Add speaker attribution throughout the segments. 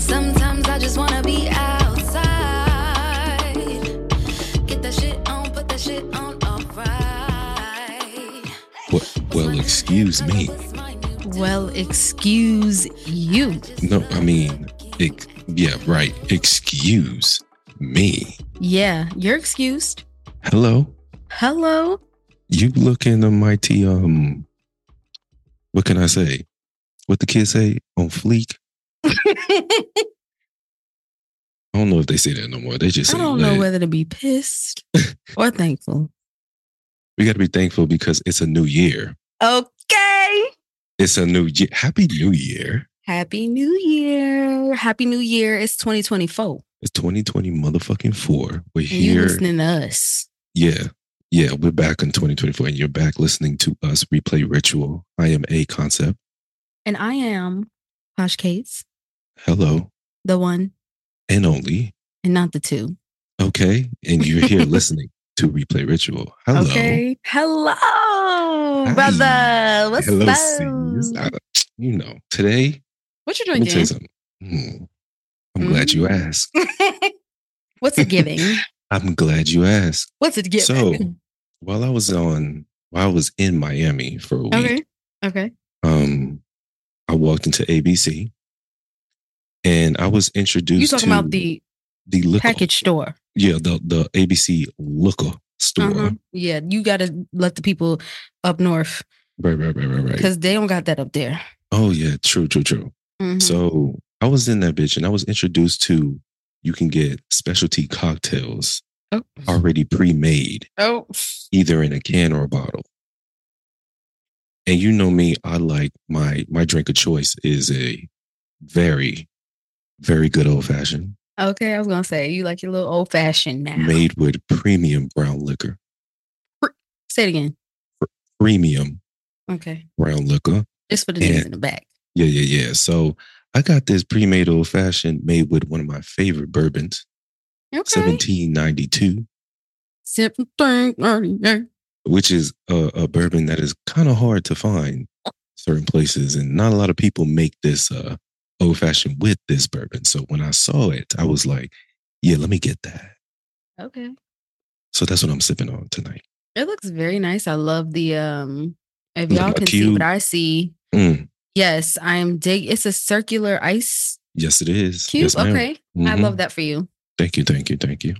Speaker 1: Sometimes I just wanna be outside. Get that shit on, put that shit on, alright.
Speaker 2: Well, well, excuse me.
Speaker 3: Well, excuse you.
Speaker 2: No, I mean, ex- yeah, right. Excuse me.
Speaker 3: Yeah, you're excused.
Speaker 2: Hello.
Speaker 3: Hello.
Speaker 2: You looking a mighty um. What can I say? What the kids say on fleek?
Speaker 3: I
Speaker 2: I don't know if they say that no more. They just say
Speaker 3: don't know
Speaker 2: lit.
Speaker 3: whether to be pissed or thankful.
Speaker 2: we got to be thankful because it's a new year.
Speaker 3: Okay.
Speaker 2: It's a new year. Happy New Year!
Speaker 3: Happy New Year. Happy New Year. It's 2024.
Speaker 2: It's 2020 motherfucking four. We're
Speaker 3: And you
Speaker 2: here.
Speaker 3: listening to us.
Speaker 2: Yeah. Yeah, we're back in 2024 and you're back listening to us replay ritual. I am a concept.
Speaker 3: And I am Posh Cates,
Speaker 2: Hello
Speaker 3: the one
Speaker 2: and only.
Speaker 3: and not the two.
Speaker 2: Okay. And you're here listening to replay ritual. Hello.
Speaker 3: Okay. Hello, brother. What's
Speaker 2: Hello,
Speaker 3: up?
Speaker 2: sis. I- you know, today,
Speaker 3: What you
Speaker 2: let
Speaker 3: doing,
Speaker 2: me tell you
Speaker 3: Jen?
Speaker 2: something. Hmm. I'm glad you
Speaker 3: Mm.
Speaker 2: asked.
Speaker 3: What's it giving?
Speaker 2: I'm glad you asked.
Speaker 3: What's it giving?
Speaker 2: So while I was on, while I was in Miami for a week,
Speaker 3: okay. Okay.
Speaker 2: um, I walked into ABC and I was introduced
Speaker 3: You talking
Speaker 2: to
Speaker 3: about the
Speaker 2: the look
Speaker 3: package store.
Speaker 2: yeah the the ABC Looker store.
Speaker 3: Uh-huh. Yeah, you got to let the people up north
Speaker 2: Right, right, right, right, right.
Speaker 3: because they don't got that up there.
Speaker 2: Oh yeah, true, true, true.
Speaker 3: Mhm.
Speaker 2: So I was in that bitch and I was introduced to you can get specialty cocktails
Speaker 3: oh.
Speaker 2: already pre-made,
Speaker 3: oh,
Speaker 2: either in a can or a bottle. And you know me, I like my my drink of choice is a very, very good old fashioned
Speaker 3: okay. I was gonna say you like your little old fashioned now.
Speaker 2: made with premium brown liquor.
Speaker 3: Say it again.
Speaker 2: Premium
Speaker 3: Okay,
Speaker 2: brown liquor.
Speaker 3: just for the niggas
Speaker 2: Yeah.
Speaker 3: in the back.
Speaker 2: Yeah, yeah, yeah. So I got this pre-made old fashioned made with one of my favorite bourbons,
Speaker 3: Okay.
Speaker 2: 1792,
Speaker 3: Simple thing, already, yeah.
Speaker 2: which is a, a bourbon that is kind of hard to find certain places, and not a lot of people make this uh, old fashioned with this bourbon. So when I saw it, I was like, "Yeah, let me get that."
Speaker 3: Okay.
Speaker 2: So that's what I'm sipping on tonight.
Speaker 3: It looks very nice. I love the um. If
Speaker 2: Look
Speaker 3: y'all
Speaker 2: like
Speaker 3: can see
Speaker 2: you.
Speaker 3: what I see,
Speaker 2: Mm,
Speaker 3: yes, I am dig. It's a circular ice
Speaker 2: yes, it is.
Speaker 3: cube.
Speaker 2: Yes, ma'am.
Speaker 3: okay, I
Speaker 2: Mhm.
Speaker 3: love that for you.
Speaker 2: Thank you, thank you, thank you.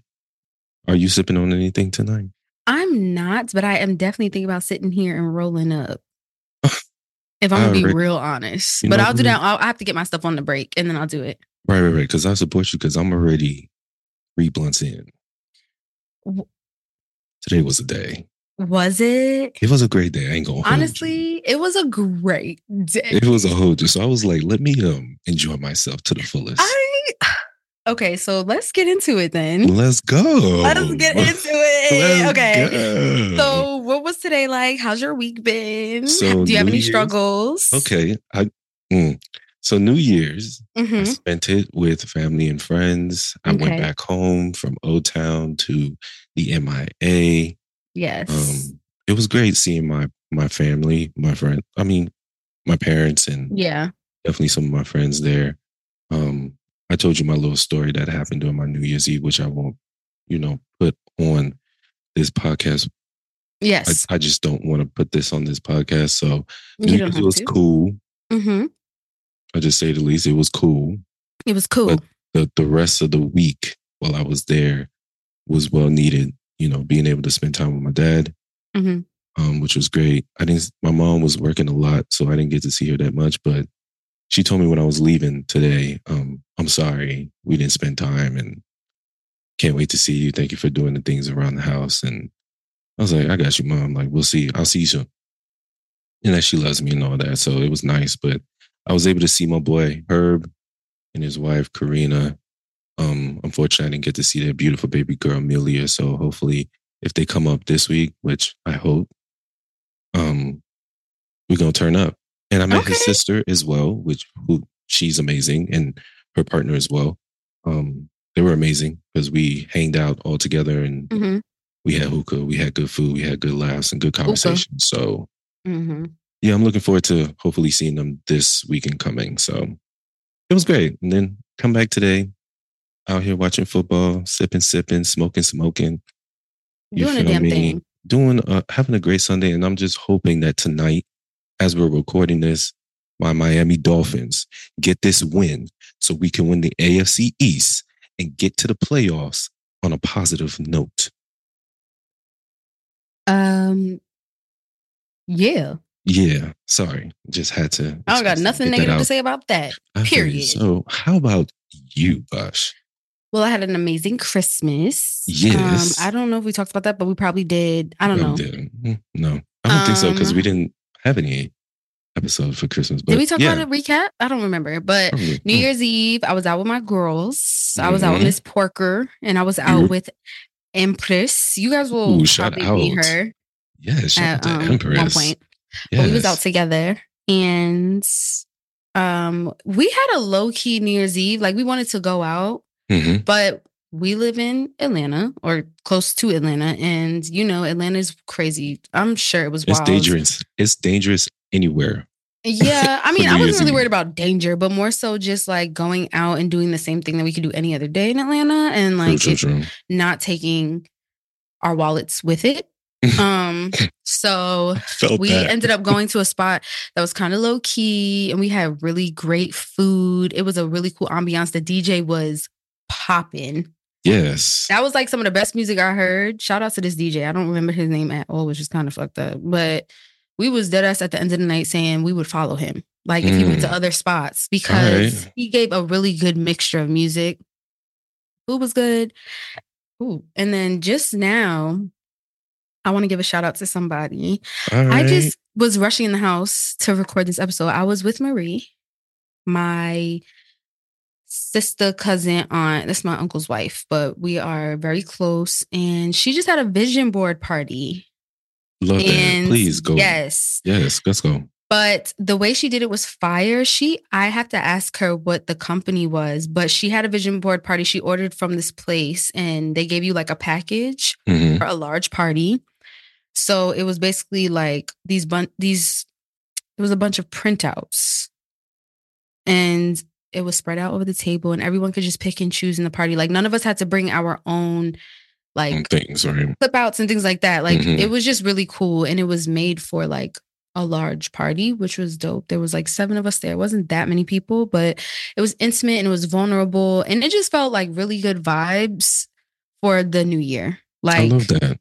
Speaker 2: Are you sipping on anything tonight?
Speaker 3: I'm not, but I am definitely thinking about sitting here and rolling up. If I'm gonna be
Speaker 2: Alright.
Speaker 3: real honest,
Speaker 2: You
Speaker 3: but
Speaker 2: know
Speaker 3: I'll do
Speaker 2: what?
Speaker 3: that. I'll, I have to get my stuff on the break and then I'll do it.
Speaker 2: Right, right, right. Because I support you because I'm already three blunts in.
Speaker 3: W-
Speaker 2: Today was a day.
Speaker 3: Was it?
Speaker 2: It was a great day. I ain't gonna hold you.
Speaker 3: Honestly, it was a great day.
Speaker 2: It was a hold you. So I was like, let me um enjoy myself to the fullest.
Speaker 3: I okay, so let's get into it then.
Speaker 2: Let's go.
Speaker 3: Let's get into it.
Speaker 2: Let's
Speaker 3: okay.
Speaker 2: go.
Speaker 3: So, what was today like? How's your week been?
Speaker 2: So
Speaker 3: Do you have
Speaker 2: New
Speaker 3: any
Speaker 2: Year's-
Speaker 3: struggles?
Speaker 2: okay, I mm. so New Year's I
Speaker 3: Mhm.
Speaker 2: spent it with family and friends. I went
Speaker 3: Okay.
Speaker 2: back home from O Town to the MIA.
Speaker 3: Yes.
Speaker 2: um it was great seeing my my family my friend i mean my parents and
Speaker 3: yeah.
Speaker 2: definitely some of my friends there um i told you my little story that happened during my new year's eve which i won't you know put on this podcast i,
Speaker 3: Yes.
Speaker 2: I just don't want to put this on this podcast so
Speaker 3: you
Speaker 2: New
Speaker 3: don't
Speaker 2: Year's,
Speaker 3: have
Speaker 2: it was
Speaker 3: to.
Speaker 2: cool
Speaker 3: Mhm.
Speaker 2: i just say the least it was cool
Speaker 3: It was cool.
Speaker 2: But- the the rest of the week while i was there was well needed you know being able to spend time with my dad
Speaker 3: hmm
Speaker 2: um, which was great. I didn't. My mom was working a lot, so I didn't get to see her that much. But she told me when I was leaving today, um, "I'm sorry we didn't spend time, and can't wait to see you. Thank you for doing the things around the house." And I was like, "I got you, mom. Like, we'll see. I'll see you soon." And that she loves me and all that, so it was nice. But I was able to see my boy Herb and his wife Karina. Um, unfortunately, I didn't get to see their beautiful baby girl Amelia. So hopefully, if they come up this week, which I hope, um, we're gonna turn up. And I met his
Speaker 3: Okay.
Speaker 2: sister as well, which who she's amazing, and her partner as well. Um, they were amazing because we hanged out all together and
Speaker 3: hmm
Speaker 2: we had hookah, we had good food, we had good laughs and good conversation. So
Speaker 3: hmm
Speaker 2: yeah, I'm looking forward to hopefully seeing them this weekend coming. So it was great. And then come back today, out here watching football, sipping, sipping, smoking, smoking, You
Speaker 3: Doing a
Speaker 2: feel
Speaker 3: damn
Speaker 2: me?
Speaker 3: thing.
Speaker 2: doing, uh, having a great Sunday. And I'm just hoping that tonight, as we're recording this, my Miami Dolphins get this win so we can win the AFC East and get to the playoffs on a positive note.
Speaker 3: Um, yeah.
Speaker 2: Yeah, sorry, just had to.
Speaker 3: I don't got nothing
Speaker 2: get that
Speaker 3: negative to
Speaker 2: out.
Speaker 3: say about that.
Speaker 2: I feel you.
Speaker 3: period.
Speaker 2: So, how about you, Bosh?
Speaker 3: Well, I had an amazing Christmas.
Speaker 2: Yes.
Speaker 3: Um, I don't know if we talked about that, but we probably did. I don't
Speaker 2: No,
Speaker 3: know.
Speaker 2: we didn't. Mm, No, I don't think so because
Speaker 3: Um,
Speaker 2: we didn't have any episode for Christmas. But
Speaker 3: Did we talk
Speaker 2: yeah,
Speaker 3: about a recap? I don't remember. But
Speaker 2: probably.
Speaker 3: New
Speaker 2: Mm.
Speaker 3: Year's Eve, I was out with my girls. I was out with
Speaker 2: Mhm.
Speaker 3: Miss Porker and I was out
Speaker 2: Mhm.
Speaker 3: with Empress. You guys will
Speaker 2: Ooh, shout
Speaker 3: probably meet
Speaker 2: out.
Speaker 3: her
Speaker 2: Yeah, shout out
Speaker 3: at
Speaker 2: to
Speaker 3: um,
Speaker 2: Empress.
Speaker 3: one point. But we was
Speaker 2: Yes.
Speaker 3: out together and um we had a low key New Year's Eve. Like we wanted to go out,
Speaker 2: Mhm.
Speaker 3: but we live in Atlanta or close to Atlanta. And you know, Atlanta's crazy. I'm sure it was
Speaker 2: It's
Speaker 3: wild.
Speaker 2: dangerous. It's dangerous anywhere.
Speaker 3: Yeah, I mean,
Speaker 2: New
Speaker 3: I wasn't
Speaker 2: Year's
Speaker 3: really
Speaker 2: Eve.
Speaker 3: worried about danger, but more so just like going out and doing the same thing that we could do any other day in Atlanta, and
Speaker 2: True,
Speaker 3: like
Speaker 2: true,
Speaker 3: it-
Speaker 2: true.
Speaker 3: not taking our wallets with it. um, so
Speaker 2: Felt
Speaker 3: we
Speaker 2: that.
Speaker 3: ended up going to a spot that was kind of low key, and we had really great food. It was a really cool ambiance. The DJ was popping.
Speaker 2: yes.
Speaker 3: That was like some of the best music I heard. Shout out to this DJ. I don't remember his name at all, which is kind of fucked up. But we was dead ass at the end of the night saying we would follow him. Like if he went to
Speaker 2: Mm.
Speaker 3: other spots because
Speaker 2: Alright.
Speaker 3: he gave a really good mixture of music. Food was good. Ooh. And then just now, I want to give a shout out to somebody.
Speaker 2: All right.
Speaker 3: I just was rushing in the house to record this episode. I was with Marie, my sister, cousin, aunt. That's my uncle's wife, but we are very close. And she just had a vision board party.
Speaker 2: love that.
Speaker 3: and
Speaker 2: Please go.
Speaker 3: Yes.
Speaker 2: Yes, let's go.
Speaker 3: But the way she did it was fire. She, I have to ask her what the company was, but she had a vision board party. She ordered from this place and they gave you like a package
Speaker 2: Mhm.
Speaker 3: for a large party. So it was basically like these bun these it was a bunch of printouts. And it was spread out over the table and everyone could just pick and choose in the party. Like none of us had to bring our own like
Speaker 2: Mm, Things, right?
Speaker 3: clip outs and things like that. Like
Speaker 2: Mhm.
Speaker 3: it was just really cool and it was made for like a large party, which was dope. There was like seven of us there. It wasn't that many people, but it was intimate and it was vulnerable. And it just felt like really good vibes for the new year. Like
Speaker 2: I love that.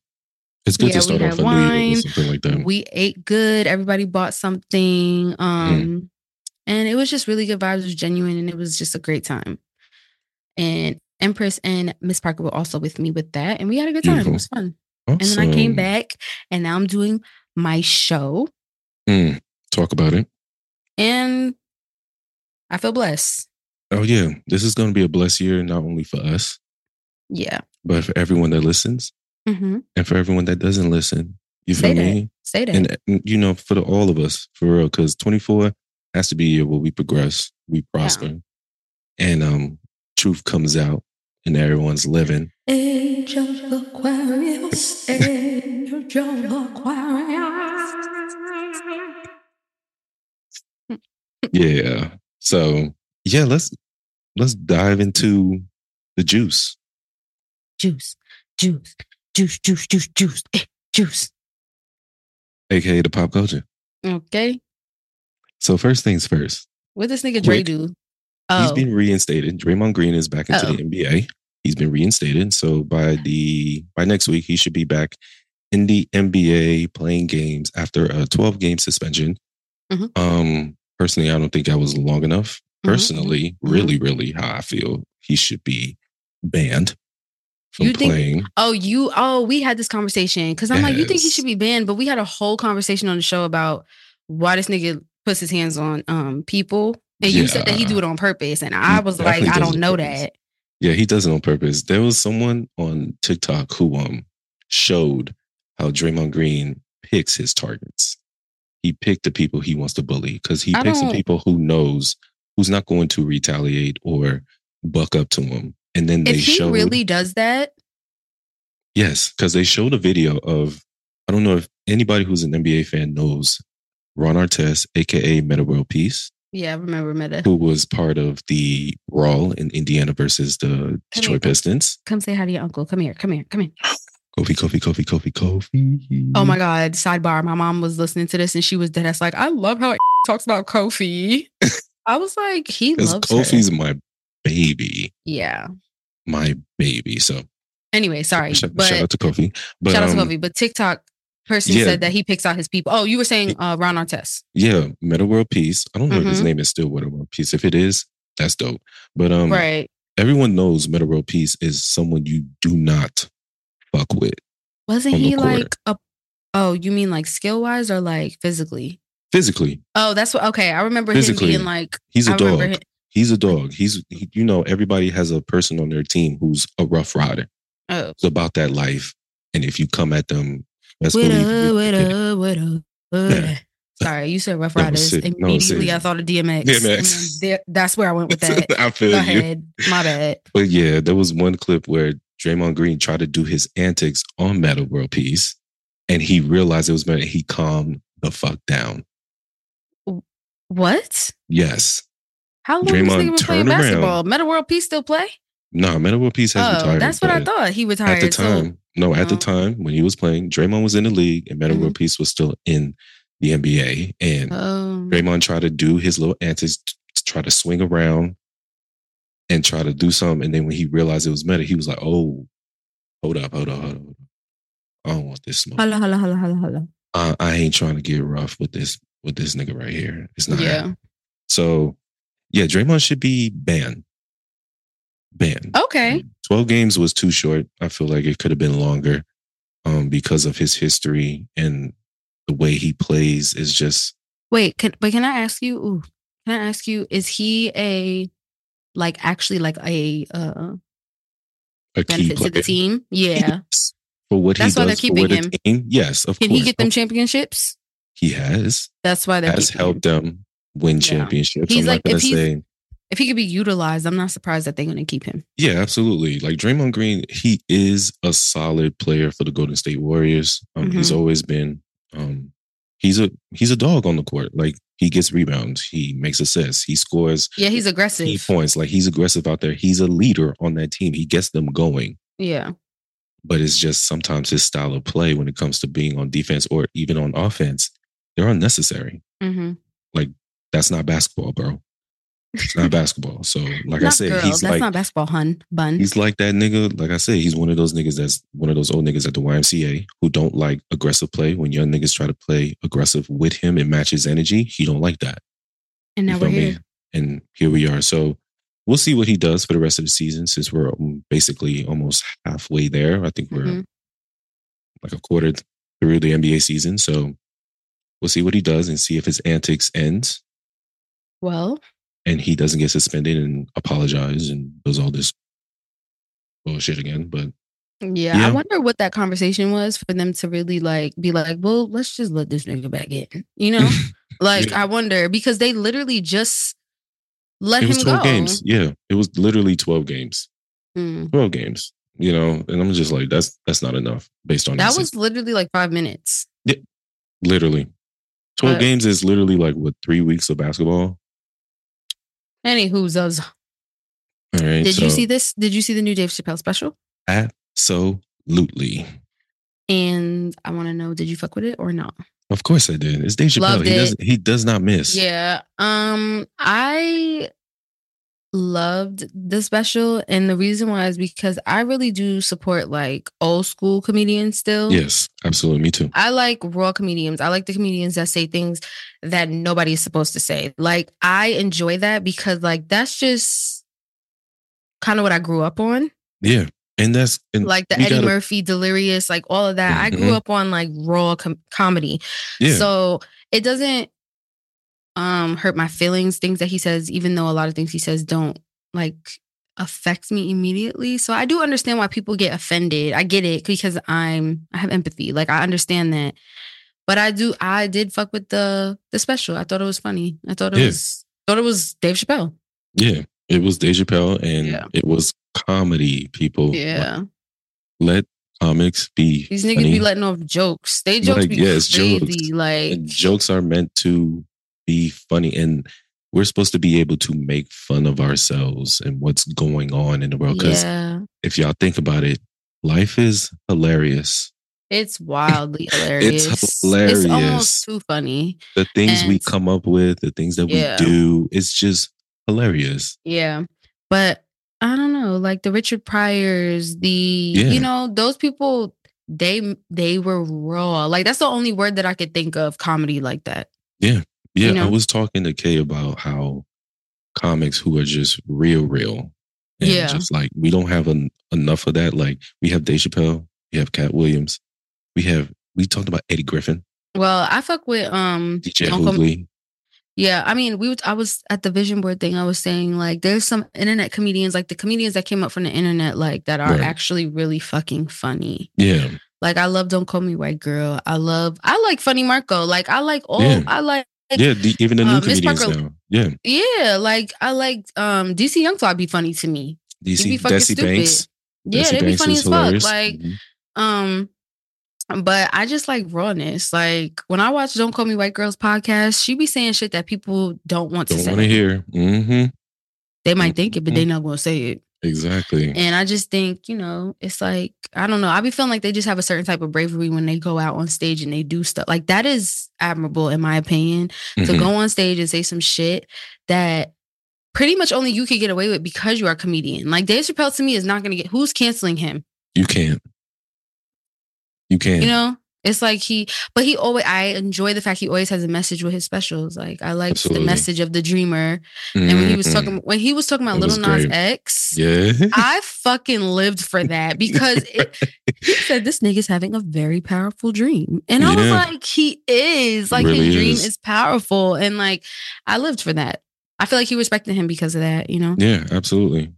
Speaker 2: It's good to
Speaker 3: yeah, we
Speaker 2: start
Speaker 3: had
Speaker 2: off a new year
Speaker 3: wine.
Speaker 2: with something like that.
Speaker 3: we ate good everybody bought something
Speaker 2: Mm-hmm.
Speaker 3: um and it was just really good vibes it was genuine and it was just a great time and empress and miss parker were also with me with that and we had a good time
Speaker 2: Beautiful.
Speaker 3: it was fun and then i came
Speaker 2: Awesome.
Speaker 3: back and now i'm doing my show
Speaker 2: Mm, talk about it.
Speaker 3: and i feel blessed
Speaker 2: Oh yeah, this is going to be a blessed year not only for us,
Speaker 3: yeah
Speaker 2: but for everyone that listens
Speaker 3: hmm
Speaker 2: and for everyone that doesn't listen. You feel
Speaker 3: Say that.
Speaker 2: me?
Speaker 3: say that
Speaker 2: And uh, you know, for the, all of us, for real, because 24 has to be a year where we progress, we prosper, and um, truth comes out, and everyone's living.
Speaker 1: Age of Aquarius. Age of Aquarius.
Speaker 2: yeah. So yeah, let's let's dive into the juice.
Speaker 3: juice juice juice juice juice juice eh, juice
Speaker 2: aka the pop culture.
Speaker 3: okay
Speaker 2: So first things first,
Speaker 3: what this nigga Dre
Speaker 2: Quick.
Speaker 3: do
Speaker 2: he's
Speaker 3: oh
Speaker 2: been reinstated. Draymond Green is back into
Speaker 3: Oh.
Speaker 2: the NBA. He's been reinstated. So by the by next week, he should be back in the NBA playing games after a 12 game suspension.
Speaker 3: Mhm.
Speaker 2: Um, personally, I don't think that was long enough.
Speaker 3: Mhm,
Speaker 2: Personally,
Speaker 3: mhm.
Speaker 2: really, really how I feel he should be banned from
Speaker 3: You think-
Speaker 2: playing.
Speaker 3: Oh, you oh, we had this conversation because I'm like, you think he
Speaker 2: Yes.
Speaker 3: should be banned, but we had a whole conversation on the show about why this nigga puts his hands on um people. And you said that he
Speaker 2: Yeah.
Speaker 3: do it on purpose. And I was like,
Speaker 2: definitely
Speaker 3: I
Speaker 2: does it
Speaker 3: don't
Speaker 2: on
Speaker 3: know
Speaker 2: purpose.
Speaker 3: that.
Speaker 2: Yeah, he does it on purpose. There was someone on TikTok who um showed how Draymond Green picks his targets. He picked the people he wants to bully because he
Speaker 3: I
Speaker 2: picks the
Speaker 3: don't-
Speaker 2: people who knows who's not going to retaliate or buck up to him. And then they
Speaker 3: If he
Speaker 2: showed
Speaker 3: really does that,
Speaker 2: yes, because they showed a video of I don't know if anybody who's an NBA fan knows Ron Artest, aka Meta World Peace.
Speaker 3: Yeah, I remember Meta.
Speaker 2: who was part of the Raw in Indiana versus the
Speaker 3: here.
Speaker 2: Detroit Pistons.
Speaker 3: Come say hi to your uncle. Come here. Come here. Come here.
Speaker 2: Kofi, Kofi, Kofi, Kofi, Kofi.
Speaker 3: Oh my God. Sidebar. My mom was listening to this and she was dead ass like, I love how it talks about Kofi. I was like, he
Speaker 2: Because
Speaker 3: loves Kofi's.
Speaker 2: Kofi's my baby,
Speaker 3: Yeah.
Speaker 2: my baby. So
Speaker 3: Anyway, sorry.
Speaker 2: shout,
Speaker 3: but
Speaker 2: shout out to Kofi. But
Speaker 3: shout out to
Speaker 2: um,
Speaker 3: Kofi. But TikTok person
Speaker 2: yeah.
Speaker 3: said that he picks out his people. Oh, you were saying uh, Ron Artest.
Speaker 2: yeah, Meta World Peace. I don't know if his
Speaker 3: Mhm.
Speaker 2: name is still Meta World Peace. If it is, that's dope. But um,
Speaker 3: right.
Speaker 2: everyone knows Meta World Peace is someone you do not fuck with
Speaker 3: Wasn't
Speaker 2: on the
Speaker 3: he
Speaker 2: court.
Speaker 3: like a oh, you mean like skill wise or like physically?
Speaker 2: physically.
Speaker 3: Oh, that's what okay. I remember
Speaker 2: Physically.
Speaker 3: him being like
Speaker 2: He's a
Speaker 3: I
Speaker 2: dog.
Speaker 3: remember him.
Speaker 2: He's a dog. He's he, you know everybody has a person on their team who's a rough rider.
Speaker 3: Oh.
Speaker 2: It's about that life, and if you come at them, that's
Speaker 3: Wait
Speaker 2: believe you-
Speaker 3: up, wait up, wait up, wait
Speaker 2: Yeah.
Speaker 3: up. Sorry, you said Rough
Speaker 2: No,
Speaker 3: Riders.
Speaker 2: sit- no,
Speaker 3: Immediately,
Speaker 2: sit.
Speaker 3: I thought of DMX.
Speaker 2: DMX.
Speaker 3: And then there- that's where I went with that.
Speaker 2: I feel
Speaker 3: Go
Speaker 2: you.
Speaker 3: ahead. My bad.
Speaker 2: But yeah, there was one clip where Draymond Green tried to do his antics on Metal World Peace, and he realized it was Metal. He calmed the fuck down.
Speaker 3: What?
Speaker 2: Yes,
Speaker 3: How long has
Speaker 2: Draymond,
Speaker 3: he been
Speaker 2: turn
Speaker 3: playing basketball? Meta World Peace still play?
Speaker 2: nah, Metal World Peace has
Speaker 3: Oh,
Speaker 2: retired.
Speaker 3: that's what I
Speaker 2: but
Speaker 3: thought. He
Speaker 2: At
Speaker 3: retired.
Speaker 2: the time, no, at the
Speaker 3: Oh. Mm-hmm.
Speaker 2: time when he was playing, Draymond was in the league, and Metal World Peace was still in the NBA, and
Speaker 3: So, um,
Speaker 2: Draymond tried to do his little antics, t- t- try to swing around and try to do something. And then when he realized it was meta, he was like, oh, hold up, hold up, hold up. hold up. I don't want this smoke.
Speaker 3: holla, holla, holla, holla, holla.
Speaker 2: I, I ain't trying to get rough with this with this nigga right here. It's not. happening."
Speaker 3: Yeah.
Speaker 2: So yeah, Draymond should be banned.
Speaker 3: Oh.
Speaker 2: Banned.
Speaker 3: Okay.
Speaker 2: 12 games was too short. I feel like it could have been longer um, because of his history and the way he plays is just
Speaker 3: Wait, can, but can I ask you? Ooh, can I ask you? Is he a like actually like a uh
Speaker 2: a key
Speaker 3: benefit to
Speaker 2: player.
Speaker 3: the team? Yeah.
Speaker 2: Yes. For what
Speaker 3: That's
Speaker 2: he
Speaker 3: why
Speaker 2: does
Speaker 3: they're
Speaker 2: for
Speaker 3: keeping
Speaker 2: the
Speaker 3: him.
Speaker 2: team, yes, of
Speaker 3: Can
Speaker 2: course.
Speaker 3: he get them championships?
Speaker 2: He has
Speaker 3: That's why they're
Speaker 2: has
Speaker 3: keeping him.
Speaker 2: helped them win
Speaker 3: Yeah.
Speaker 2: championships.
Speaker 3: He's
Speaker 2: I'm
Speaker 3: like-
Speaker 2: not gonna
Speaker 3: if he's-
Speaker 2: say
Speaker 3: If he could be utilized, I'm not surprised that they're going to keep him.
Speaker 2: yeah, absolutely. Like Draymond Green, he is a solid player for the Golden State Warriors. Um, He's
Speaker 3: Mm-hmm.
Speaker 2: always been. Um, he's a he's a dog on the court. Like he gets rebounds, he makes assists, he scores
Speaker 3: Yeah, he's aggressive.
Speaker 2: key points. Like he's aggressive out there. He's a leader on that team. He gets them going.
Speaker 3: yeah.
Speaker 2: but it's just sometimes his style of play when it comes to being on defense or even on offense, they're unnecessary.
Speaker 3: Mm-hmm.
Speaker 2: That's not basketball, bro. It's not basketball. So, like I
Speaker 3: not
Speaker 2: said,
Speaker 3: girl.
Speaker 2: he's
Speaker 3: That's
Speaker 2: like
Speaker 3: not basketball, hun. Bun.
Speaker 2: he's like that nigga. Like I said, he's one of those niggas that's one of those old niggas at the YMCA who don't like aggressive play. When young niggas try to play aggressive with him and match his energy, he don't like that.
Speaker 3: and
Speaker 2: You
Speaker 3: now we're
Speaker 2: feel me?
Speaker 3: here.
Speaker 2: And here we are. So we'll see what he does for the rest of the season since we're um, basically almost halfway there. I think we're
Speaker 3: Mhm.
Speaker 2: like a quarter th- through the NBA season. So we'll see what he does and see if his antics ends
Speaker 3: Well,
Speaker 2: and he doesn't get suspended and apologize and does all this bullshit again. But
Speaker 3: yeah,
Speaker 2: Yeah.
Speaker 3: I wonder what that conversation was for them to really like be like, well, let's just let this nigga back in. You know, like I wonder because they literally just let
Speaker 2: it was
Speaker 3: him
Speaker 2: 12
Speaker 3: go.
Speaker 2: games. Yeah. It was literally 12 games.
Speaker 3: Mm.
Speaker 2: 12 games. You know, and I'm just like, that's that's not enough based on
Speaker 3: That
Speaker 2: his-
Speaker 3: was literally like five minutes.
Speaker 2: literally 12
Speaker 3: But-
Speaker 2: games is literally like what three weeks of basketball.
Speaker 3: Anywho's does.
Speaker 2: All right.
Speaker 3: Did
Speaker 2: so
Speaker 3: you see this? Did you see the new Dave Chappelle special?
Speaker 2: absolutely.
Speaker 3: And I want to know, did you fuck with it or not?
Speaker 2: Of course I did. It's Dave Chappelle.
Speaker 3: Loved
Speaker 2: he
Speaker 3: it.
Speaker 2: doesn't he does not miss.
Speaker 3: Yeah. Um, I loved the special, and the reason why is because I really do support like old school comedians still.
Speaker 2: Yes, absolutely. Me too.
Speaker 3: I like raw comedians. I like the comedians that say things that nobody is supposed to say. Like I enjoy that because like that's just kind of what I grew up on.
Speaker 2: Yeah. And that's and
Speaker 3: Like the
Speaker 2: we
Speaker 3: Eddie
Speaker 2: gotta-
Speaker 3: Murphy, Delirious, like all of that. I grew
Speaker 2: Mhm.
Speaker 3: up on like raw com- comedy.
Speaker 2: yeah.
Speaker 3: So it doesn't um hurt my feelings, things that he says, even though a lot of things he says don't like affect me immediately. So I do understand why people get offended. I get it because I'm I have empathy. Like I understand that. But I do I did fuck with the the special. I thought it was funny. I thought it
Speaker 2: Yeah.
Speaker 3: was thought it was Dave Chappelle.
Speaker 2: yeah. It was Dave Chappelle and
Speaker 3: Yeah.
Speaker 2: it was comedy, people. Like,
Speaker 3: Yeah.
Speaker 2: let comics be
Speaker 3: These niggas
Speaker 2: funny.
Speaker 3: be letting off jokes. They jokes
Speaker 2: Like,
Speaker 3: be
Speaker 2: yeah, it's
Speaker 3: crazy.
Speaker 2: jokes.
Speaker 3: Like
Speaker 2: And jokes are meant to be funny. And we're supposed to be able to make fun of ourselves and what's going on in the world. Because
Speaker 3: yeah.
Speaker 2: if y'all think about it, life is hilarious.
Speaker 3: It's wildly hilarious.
Speaker 2: hilarious.
Speaker 3: It's almost too funny.
Speaker 2: The things we
Speaker 3: And-
Speaker 2: come up with, the things that
Speaker 3: Yeah.
Speaker 2: we do, it's just hilarious.
Speaker 3: Yeah. But I don't know, like the Richard Pryors, the
Speaker 2: Yeah.
Speaker 3: you know, those people they they were raw. Like that's the only word that I could think of comedy like that.
Speaker 2: Yeah,
Speaker 3: know?
Speaker 2: I was talking to Kay about how comics who are just real, real. And
Speaker 3: Yeah.
Speaker 2: Just like we don't have en- enough of that. Like we have Dave Chappelle, we have Cat Williams, we have, we talked about Eddie Griffin,
Speaker 3: Well, I fuck with um
Speaker 2: DJ
Speaker 3: Don't come-
Speaker 2: Hooley.
Speaker 3: Yeah, I mean, we would, I was at the vision board thing. I was saying like, there's some internet comedians, like the comedians that came up from the internet, like that are
Speaker 2: Right.
Speaker 3: actually really fucking funny.
Speaker 2: Yeah.
Speaker 3: Like, I love "Don't Call Me White Girl." I love, I like Funny Marco. Like, I like all,
Speaker 2: Yeah.
Speaker 3: I like,
Speaker 2: Yeah. The, even the new
Speaker 3: uh, Miss
Speaker 2: comedians
Speaker 3: Parker-
Speaker 2: now. Yeah.
Speaker 3: yeah, like I like um DC Young Fly be funny to me.
Speaker 2: DC,
Speaker 3: be fucking
Speaker 2: Desi
Speaker 3: stupid.
Speaker 2: Banks.
Speaker 3: Yeah,
Speaker 2: Desi
Speaker 3: they be
Speaker 2: Banks
Speaker 3: funny
Speaker 2: is
Speaker 3: as fuck.
Speaker 2: hilarious.
Speaker 3: Like,
Speaker 2: Mhm.
Speaker 3: Um, but I just like rawness. Like when I watch "Don't Call Me White Girls" podcast, she be saying shit that people don't want to
Speaker 2: don't want to
Speaker 3: say.
Speaker 2: hear. Mm-hmm. hmm
Speaker 3: They might think it, but they not gonna say it.
Speaker 2: Exactly.
Speaker 3: And I just think, you know, it's like I don't know. I be feeling like they just have a certain type of bravery when they go out on stage and they do stuff like that is admirable in my opinion. To
Speaker 2: Mhm.
Speaker 3: go on stage and say some shit that pretty much only you could get away with because you are a comedian. Like Dave Chappelle to me is not gonna get who's canceling him.
Speaker 2: You can't. You can't.
Speaker 3: You know, it's like he, but he always. I enjoy the fact he always has a message with his specials. Like I like the
Speaker 2: Absolutely.
Speaker 3: message of the dreamer. And when he was
Speaker 2: Mhm.
Speaker 3: talking, when he was talking about
Speaker 2: It was
Speaker 3: Little Nas
Speaker 2: great.
Speaker 3: X,
Speaker 2: Yeah.
Speaker 3: I fucking lived for that because it, he said this nigga's having a very powerful dream, and I was
Speaker 2: Yeah.
Speaker 3: like, he is. Like
Speaker 2: Really
Speaker 3: his dream
Speaker 2: is.
Speaker 3: is. powerful, and like I lived for that. I feel like he respected him because of that. You know?
Speaker 2: yeah. Absolutely.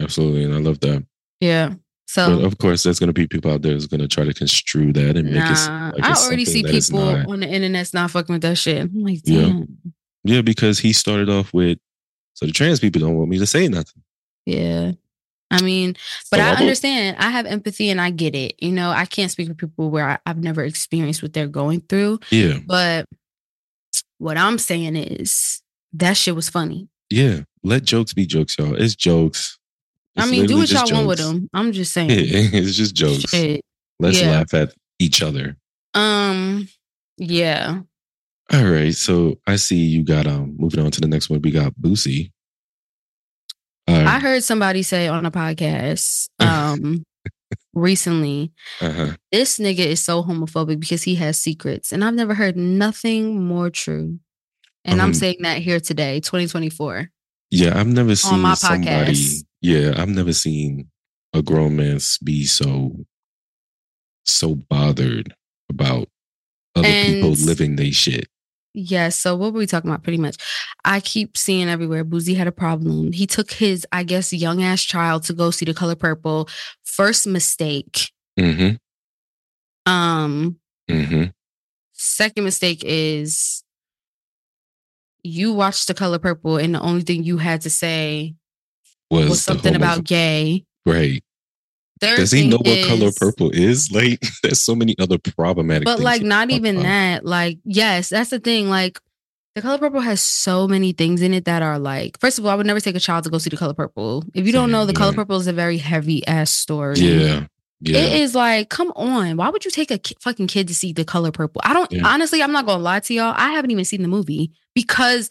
Speaker 2: Absolutely. And I love that.
Speaker 3: Yeah. So.
Speaker 2: But of course, there's going to be people out there that's going to try to construe that and make it.
Speaker 3: Nah,
Speaker 2: like
Speaker 3: I
Speaker 2: it's
Speaker 3: already see
Speaker 2: something that is
Speaker 3: people
Speaker 2: not-
Speaker 3: on the internet's not fucking with that shit. I'm like,
Speaker 2: Yeah.
Speaker 3: damn.
Speaker 2: Yeah, because he started off with, so the trans people don't want me to say nothing.
Speaker 3: Yeah. I mean, but
Speaker 2: So
Speaker 3: I
Speaker 2: won't.
Speaker 3: understand. I have empathy and I get it. You know, I can't speak for people where I, I've never experienced what they're going through.
Speaker 2: Yeah.
Speaker 3: But what I'm saying is that shit was funny.
Speaker 2: Yeah. Let jokes be jokes, y'all. It's jokes.
Speaker 3: I
Speaker 2: It's
Speaker 3: mean, do
Speaker 2: literally
Speaker 3: what y'all
Speaker 2: just
Speaker 3: want with
Speaker 2: jokes.
Speaker 3: them. I'm just saying.
Speaker 2: Yeah, it's just jokes.
Speaker 3: Shit.
Speaker 2: Let's
Speaker 3: yeah.
Speaker 2: laugh at each other.
Speaker 3: Um, yeah.
Speaker 2: All right. So I see you got um moving on to the next one. We got Boosie. Um,
Speaker 3: I heard somebody say on a podcast um recently
Speaker 2: uh-huh.
Speaker 3: this nigga is so homophobic because he has secrets. And I've never heard nothing more true. And I'm
Speaker 2: Um,
Speaker 3: saying that here today, 2024.
Speaker 2: Yeah, I've never seen
Speaker 3: my
Speaker 2: somebody.
Speaker 3: podcast.
Speaker 2: Yeah, I've never seen a grown man s- be so so bothered about other people
Speaker 3: And-
Speaker 2: living they shit.
Speaker 3: Yeah, so what were we talking about pretty much? I keep seeing everywhere Boozy had a problem. He took his, I guess, young ass child to go see the color purple. First mistake.
Speaker 2: Mm-hmm.
Speaker 3: Um,
Speaker 2: Mm-hmm.
Speaker 3: second mistake is you watched the color purple, and the only thing you had to say
Speaker 2: Was,
Speaker 3: was,
Speaker 2: the
Speaker 3: something
Speaker 2: homoph-
Speaker 3: about gay.
Speaker 2: right?
Speaker 3: Third
Speaker 2: Does he
Speaker 3: thing
Speaker 2: know what color
Speaker 3: is-
Speaker 2: purple is? Like, there's so many other problematic.
Speaker 3: but
Speaker 2: things
Speaker 3: like
Speaker 2: you
Speaker 3: not
Speaker 2: talk
Speaker 3: even
Speaker 2: about.
Speaker 3: that like yes that's the thing like the color purple has so many things in it that are like first of all i would never take a child to go see the color purple if you don't know the color
Speaker 2: Yeah.
Speaker 3: purple is a very heavy ass story
Speaker 2: Yeah, yeah.
Speaker 3: It is like, come on. Why would you take a ki- fucking kid to see the color purple? I don't,
Speaker 2: Yeah.
Speaker 3: honestly, I'm not going to lie to y'all. I haven't even seen the movie because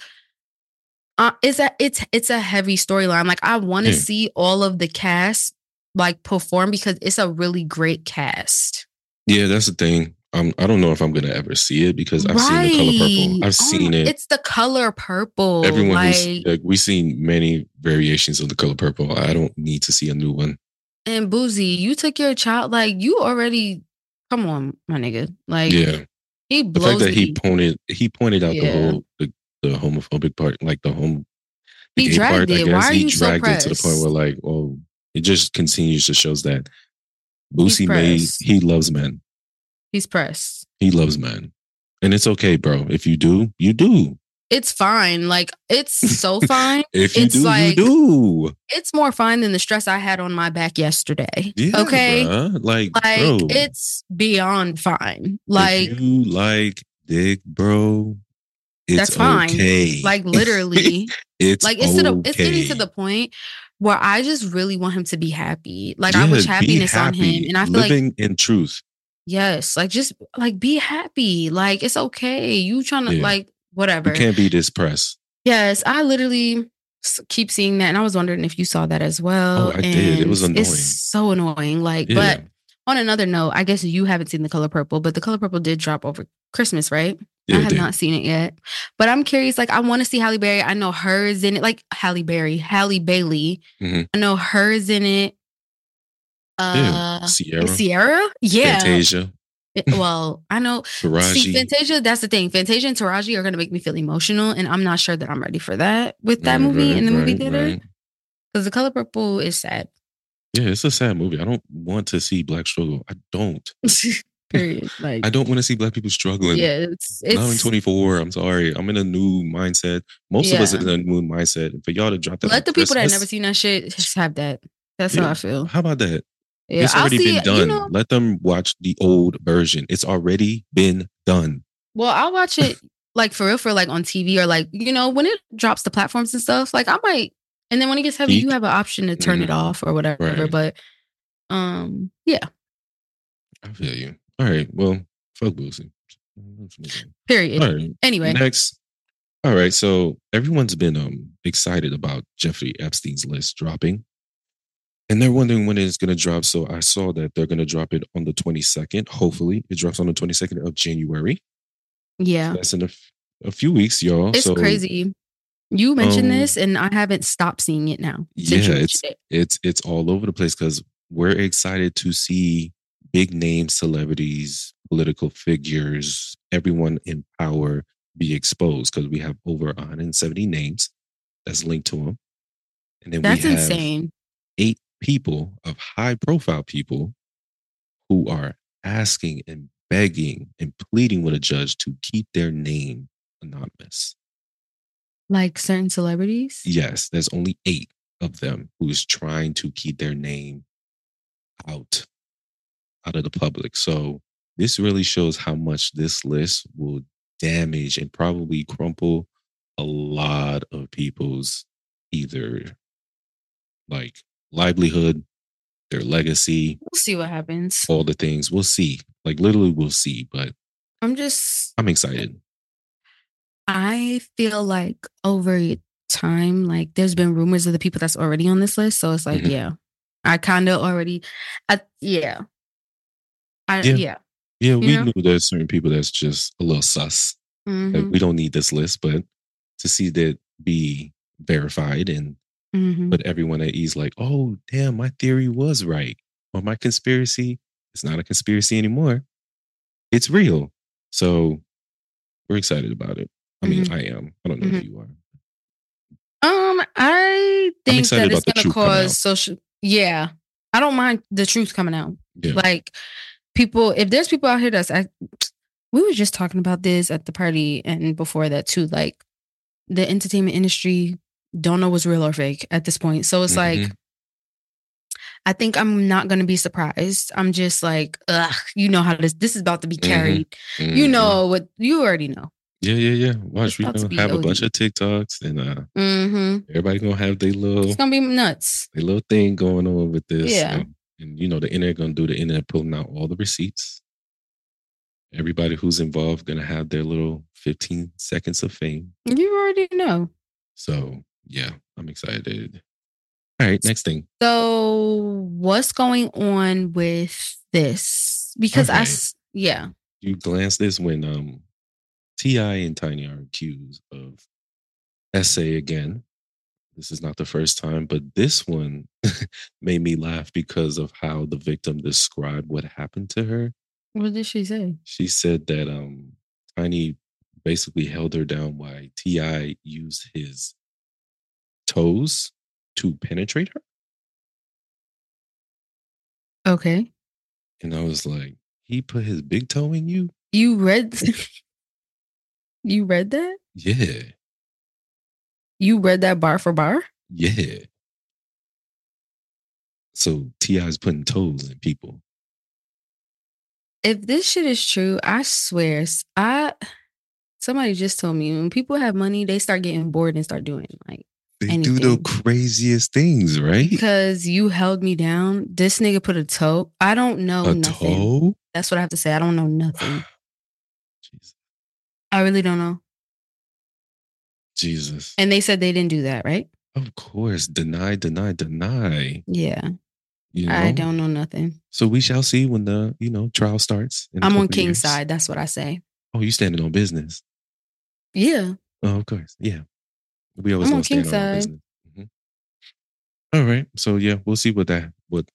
Speaker 3: uh, it's a, it's, it's a heavy storyline. Like I want to
Speaker 2: Yeah.
Speaker 3: see all of the cast like perform because it's a really great cast.
Speaker 2: Yeah, that's the thing. Um, I don't know if I'm gonna ever see it because I've seen the color purple.
Speaker 3: Right.
Speaker 2: I've
Speaker 3: Oh
Speaker 2: seen
Speaker 3: my-
Speaker 2: it.
Speaker 3: It's the color purple.
Speaker 2: Everyone
Speaker 3: like,
Speaker 2: who's like, we've seen many variations of the color purple. I don't need to see a new one.
Speaker 3: and boozy. You took your child. Like you already. Come on, my nigga. Like
Speaker 2: yeah,
Speaker 3: he
Speaker 2: the
Speaker 3: blows
Speaker 2: fact that
Speaker 3: me.
Speaker 2: he
Speaker 3: He,
Speaker 2: pointed he pointed out
Speaker 3: Yeah.
Speaker 2: the whole the, the homophobic part, like the home the gay
Speaker 3: dragged
Speaker 2: part. I
Speaker 3: it. Why
Speaker 2: guess
Speaker 3: are
Speaker 2: he
Speaker 3: you so
Speaker 2: dragged it
Speaker 3: pressed?
Speaker 2: to the point where like, oh, it just continues to shows that Boosie May
Speaker 3: pressed.
Speaker 2: he loves men.
Speaker 3: He's pressed.
Speaker 2: He loves men, and it's okay, bro. If you do, you do.
Speaker 3: It's fine. Like it's so fine.
Speaker 2: If you
Speaker 3: It's
Speaker 2: do,
Speaker 3: like-
Speaker 2: you do.
Speaker 3: It's more fine than the stress I had on my back yesterday.
Speaker 2: Yeah,
Speaker 3: okay.
Speaker 2: bruh. like,
Speaker 3: Like
Speaker 2: bro,
Speaker 3: it's beyond
Speaker 2: if
Speaker 3: fine. Like
Speaker 2: you like dick, bro. It's
Speaker 3: That's fine.
Speaker 2: okay.
Speaker 3: Like literally.
Speaker 2: it's
Speaker 3: like it's to the it's getting to
Speaker 2: okay.
Speaker 3: the point where I just really want him to be happy. Like I
Speaker 2: Yeah,
Speaker 3: wish
Speaker 2: be
Speaker 3: happiness on him.
Speaker 2: happy.
Speaker 3: And I feel like
Speaker 2: living in truth.
Speaker 3: yes, like just like be happy. Like it's okay. You trying to
Speaker 2: Yeah.
Speaker 3: like
Speaker 2: You
Speaker 3: whatever.
Speaker 2: can't be depressed.
Speaker 3: Yes, I literally s- keep seeing that, and I was wondering if you saw that as well.
Speaker 2: Oh, I did. It
Speaker 3: and
Speaker 2: was annoying.
Speaker 3: It's so annoying. Like,
Speaker 2: Yeah.
Speaker 3: but on another note, I guess you haven't seen the color purple, but the color purple did drop over Christmas, right?
Speaker 2: Yeah,
Speaker 3: I have
Speaker 2: dude.
Speaker 3: not seen it yet, but I'm curious. Like, I want to see Halle Berry. I know hers in it. Like Halle Berry, Halle Bailey.
Speaker 2: Mhm.
Speaker 3: I know hers in it.
Speaker 2: Yeah.
Speaker 3: Uh,
Speaker 2: Sierra,
Speaker 3: Sierra, yeah.
Speaker 2: Fantasia,
Speaker 3: It- well, I know. See,
Speaker 2: Taraji.
Speaker 3: Fantasia, that's the thing. Fantasia and Taraji are going to make me feel emotional, and I'm not sure that I'm ready for that with
Speaker 2: Right,
Speaker 3: that movie in the
Speaker 2: Mm, right,
Speaker 3: movie
Speaker 2: right,
Speaker 3: theater.
Speaker 2: right.
Speaker 3: Because The Color Purple is sad.
Speaker 2: Yeah, it's a sad movie. I don't want to see black struggle. I don't.
Speaker 3: Period. Like,
Speaker 2: I don't want to see black people struggling.
Speaker 3: yeah, it's
Speaker 2: Now I'm
Speaker 3: it's.
Speaker 2: 24. I'm sorry. I'm in a new mindset. Most of us
Speaker 3: Yeah.
Speaker 2: are in a new mindset. For y'all to drop that,
Speaker 3: Let the
Speaker 2: on
Speaker 3: people that
Speaker 2: Christmas,
Speaker 3: never seen that shit just have that. That's how
Speaker 2: Yeah.
Speaker 3: I feel.
Speaker 2: How about that?
Speaker 3: Yeah,
Speaker 2: it's already been done.
Speaker 3: You know,
Speaker 2: Let them watch the old version. It's already been done.
Speaker 3: well, I'll watch it like for real, for like on TV or like you know when it drops the platforms and stuff. Like I might, and then when it gets heavy,
Speaker 2: Peek.
Speaker 3: you have an option to turn it off or whatever.
Speaker 2: Mm-hmm. Right.
Speaker 3: But um, yeah.
Speaker 2: I feel you. All right. Well, fuck Boosie.
Speaker 3: Period.
Speaker 2: All right.
Speaker 3: Anyway,
Speaker 2: Next. All right. So everyone's been um excited about Jeffrey Epstein's list dropping. And they're wondering when it's gonna drop. So I saw that they're gonna drop it on the 22nd. Hopefully it drops on the 22nd of January.
Speaker 3: yeah.
Speaker 2: That's in a, f- a few weeks, y'all.
Speaker 3: It's
Speaker 2: so
Speaker 3: crazy. You mentioned
Speaker 2: um,
Speaker 3: this, and I haven't stopped seeing it now. since you
Speaker 2: Yeah,
Speaker 3: mentioned it.
Speaker 2: It's it's all over the place because we're excited to see big name celebrities, political figures, everyone in power be exposed because we have over 170 names that's linked to them. And then
Speaker 3: that's
Speaker 2: we have
Speaker 3: insane.
Speaker 2: eight people of high profile people who are asking and begging and pleading with a judge to keep their name anonymous.
Speaker 3: Like certain celebrities.
Speaker 2: Yes, there's only eight of them who is trying to keep their name out, out of the public. So this really shows how much this list will damage and probably crumple a lot of people's either like livelihood, their legacy,
Speaker 3: We'll see what happens.
Speaker 2: all the things. We'll see. Like literally we'll see, but
Speaker 3: I'm just.
Speaker 2: I'm excited.
Speaker 3: I feel like over time, like there's been rumors of the people that's already on this list. So it's like,
Speaker 2: Mhm.
Speaker 3: yeah, I kind of already. I, yeah. I,
Speaker 2: Yeah.
Speaker 3: yeah.
Speaker 2: Yeah, we
Speaker 3: Yeah.
Speaker 2: knew there's certain people that's just a little sus. Like,
Speaker 3: Mhm,
Speaker 2: uh, we don't need this list, but to see that be verified and
Speaker 3: mhm.
Speaker 2: put everyone at ease, like, oh, damn, my theory was right, or my conspiracy, it's not a conspiracy anymore. It's real. So we're excited about it. I mean,
Speaker 3: Mm-hmm.
Speaker 2: I am. I don't know if you are.
Speaker 3: Um, I think
Speaker 2: excited
Speaker 3: that it's
Speaker 2: about the
Speaker 3: going to
Speaker 2: truth coming out.
Speaker 3: cause social. Yeah, I don't mind the truth coming out.
Speaker 2: Yeah.
Speaker 3: Like people, if there's people out here that's, act- we were just talking about this at the party and before that too. Like the entertainment industry don't know what's real or fake at this point. So it's
Speaker 2: Mm-hmm.
Speaker 3: like, I think I'm not gonna be surprised. I'm just like, ugh, you know how this this is about to be
Speaker 2: Mhm.
Speaker 3: carried. You
Speaker 2: Mhm.
Speaker 3: know what? You already know.
Speaker 2: Yeah, yeah, yeah. Watch,
Speaker 3: It's
Speaker 2: we
Speaker 3: about to
Speaker 2: gonna
Speaker 3: be
Speaker 2: have a
Speaker 3: OD.
Speaker 2: bunch of TikToks and uh
Speaker 3: hmm
Speaker 2: everybody gonna have their little
Speaker 3: It's gonna be nuts.
Speaker 2: their little thing going on with this.
Speaker 3: Yeah.
Speaker 2: And, and, you know, the internet gonna do the internet pulling out all the receipts. Everybody who's involved gonna have their little 15 seconds of fame.
Speaker 3: You already know.
Speaker 2: So yeah, I'm excited. All right, next thing.
Speaker 3: So what's going on with this? Because
Speaker 2: Okay.
Speaker 3: I, s- yeah,
Speaker 2: You glanced this when um Ti and Tiny are accused of essay again. This is not the first time, but this one made me laugh because of how the victim described what happened to her.
Speaker 3: what did she say?
Speaker 2: she said that um Tiny basically held her down while Ti used his toes to penetrate her,
Speaker 3: Okay,
Speaker 2: and I was like, he put his big toe in you,
Speaker 3: you read, you read that?
Speaker 2: yeah,
Speaker 3: You read that bar for bar?
Speaker 2: yeah. So Ti is putting toes in people.
Speaker 3: If this shit is true, I swear, s- I Somebody just told me when people have money, they start getting bored and start doing like
Speaker 2: They do the
Speaker 3: Anything.
Speaker 2: craziest things, right?
Speaker 3: because you held me down. This nigga put a toe. I don't know
Speaker 2: A
Speaker 3: nothing.
Speaker 2: toe?
Speaker 3: That's what I have to say. I don't know nothing.
Speaker 2: Jesus.
Speaker 3: I really don't know.
Speaker 2: Jesus.
Speaker 3: And they said they didn't do that, right?
Speaker 2: Of course, deny, deny, deny.
Speaker 3: Yeah.
Speaker 2: You know?
Speaker 3: I don't know nothing.
Speaker 2: So we shall see when the you know trial starts. in a
Speaker 3: I'm on
Speaker 2: couple
Speaker 3: king's
Speaker 2: years.
Speaker 3: side. That's what I say.
Speaker 2: Oh, you standing on business?
Speaker 3: Yeah.
Speaker 2: Oh, of course. Yeah, we always
Speaker 3: I'm on
Speaker 2: gonna stand
Speaker 3: king's
Speaker 2: our
Speaker 3: side.
Speaker 2: business. Mhm. All right. So yeah, we'll see what that what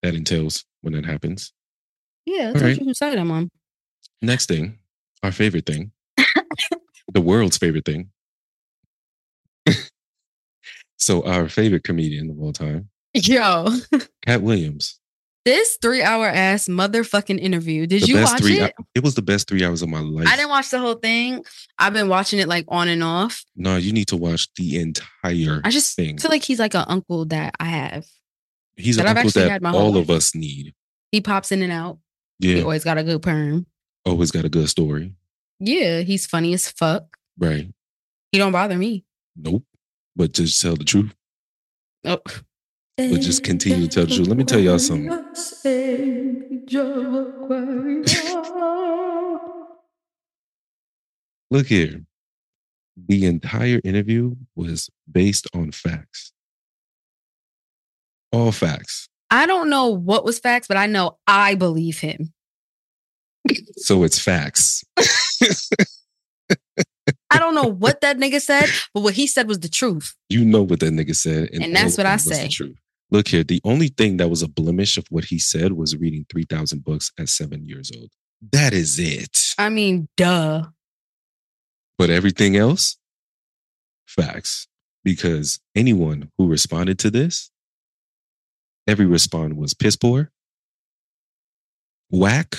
Speaker 2: that entails when that happens.
Speaker 3: Yeah.
Speaker 2: All
Speaker 3: That's what
Speaker 2: right.
Speaker 3: you whose side I'm on.
Speaker 2: Next thing, our favorite thing, the world's favorite thing. so our favorite comedian of all time,
Speaker 3: Yo,
Speaker 2: Cat Williams.
Speaker 3: this three hour ass motherfucking interview. Did you watch
Speaker 2: three.
Speaker 3: it?
Speaker 2: It was the best three hours of my life.
Speaker 3: I didn't watch the whole thing. I've been watching it like on and off.
Speaker 2: No, you need to watch the entire.
Speaker 3: I just
Speaker 2: thing.
Speaker 3: feel like he's like an uncle that I have.
Speaker 2: He's
Speaker 3: that
Speaker 2: an
Speaker 3: I've
Speaker 2: uncle
Speaker 3: actually
Speaker 2: that
Speaker 3: had my whole
Speaker 2: all of
Speaker 3: life.
Speaker 2: us need.
Speaker 3: He pops in and out. He
Speaker 2: Yeah,
Speaker 3: always got a good perm.
Speaker 2: always got a good story,
Speaker 3: Yeah, he's funny as fuck.
Speaker 2: right?
Speaker 3: He don't bother me.
Speaker 2: Nope. But just tell the truth.
Speaker 3: Oh,
Speaker 1: But just continue to tell the truth. Let me tell y'all something.
Speaker 2: Look here. The entire interview was based on facts. All facts.
Speaker 3: I don't know what was facts, but I know I believe him.
Speaker 2: So it's facts.
Speaker 3: I don't know what that nigga said, but what he said was the truth.
Speaker 2: You know what that nigga said.
Speaker 3: And that's
Speaker 2: all of
Speaker 3: what I
Speaker 2: it was the
Speaker 3: say.
Speaker 2: truth. Look here. The only thing that was a blemish of what he said was reading 3,000 books at seven years old. That is it.
Speaker 3: I mean, duh.
Speaker 2: But everything else, facts. Because anyone who responded to this, every response was piss poor, whack,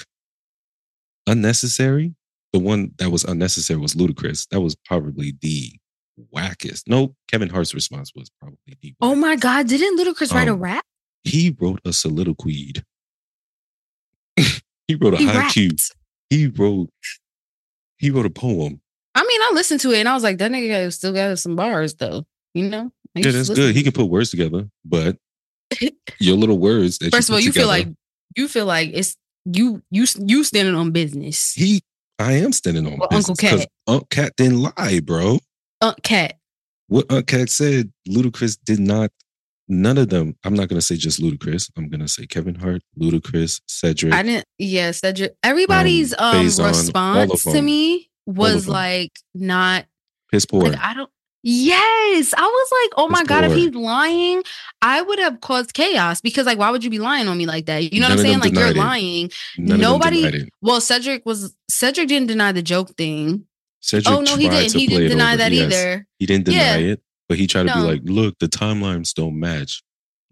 Speaker 2: unnecessary. The one that was unnecessary was ludicrous. That was probably the wackest. No, Kevin Hart's response was probably the.
Speaker 3: Oh my
Speaker 2: wackest.
Speaker 3: God, didn't Ludacris write a
Speaker 2: Um,
Speaker 3: rap?
Speaker 2: He wrote a soliloquy. he wrote a
Speaker 3: He
Speaker 2: haiku.
Speaker 3: rapped.
Speaker 2: He wrote. He wrote a poem.
Speaker 3: I mean, I listened to it and I was like, that nigga got- still got some bars though. You know?
Speaker 2: Yeah,
Speaker 3: Like, you just
Speaker 2: that's good. He
Speaker 3: listen.
Speaker 2: can put words together, but your little words. That
Speaker 3: First of
Speaker 2: put
Speaker 3: all, you feel
Speaker 2: together-
Speaker 3: like you feel like it's you you you standing on business.
Speaker 2: he. I am standing on
Speaker 3: Well, Uncle
Speaker 2: business 'cause Unc Cat didn't lie, bro.
Speaker 3: Uh, cat.
Speaker 2: What Unc Cat said, Ludacris did not. None of them. I'm not gonna say just Ludacris. I'm gonna say Kevin Hart, Ludacris, Cedric.
Speaker 3: I didn't yeah, Cedric. Everybody's um,
Speaker 2: Faison, all of
Speaker 3: response to
Speaker 2: them.
Speaker 3: me was
Speaker 2: them.
Speaker 3: like not
Speaker 2: piss poor.
Speaker 3: like I don't Yes. I was like, oh my
Speaker 2: It's
Speaker 3: God, if
Speaker 2: poor.
Speaker 3: he's lying, I would have caused chaos because like why would you be lying on me like that? You know
Speaker 2: None of
Speaker 3: what I'm
Speaker 2: them
Speaker 3: saying? Like you're
Speaker 2: denied it.
Speaker 3: lying.
Speaker 2: None
Speaker 3: nobody-
Speaker 2: Of them denied it.
Speaker 3: Well, Cedric was Cedric didn't deny the joke thing.
Speaker 2: Cedric
Speaker 3: Oh no, he
Speaker 2: tried
Speaker 3: didn't.
Speaker 2: to
Speaker 3: He
Speaker 2: play
Speaker 3: didn't
Speaker 2: it
Speaker 3: deny
Speaker 2: over.
Speaker 3: that
Speaker 2: Yes,
Speaker 3: either.
Speaker 2: He didn't deny it, but he tried to
Speaker 3: No.
Speaker 2: be like, "Look, the timelines don't match."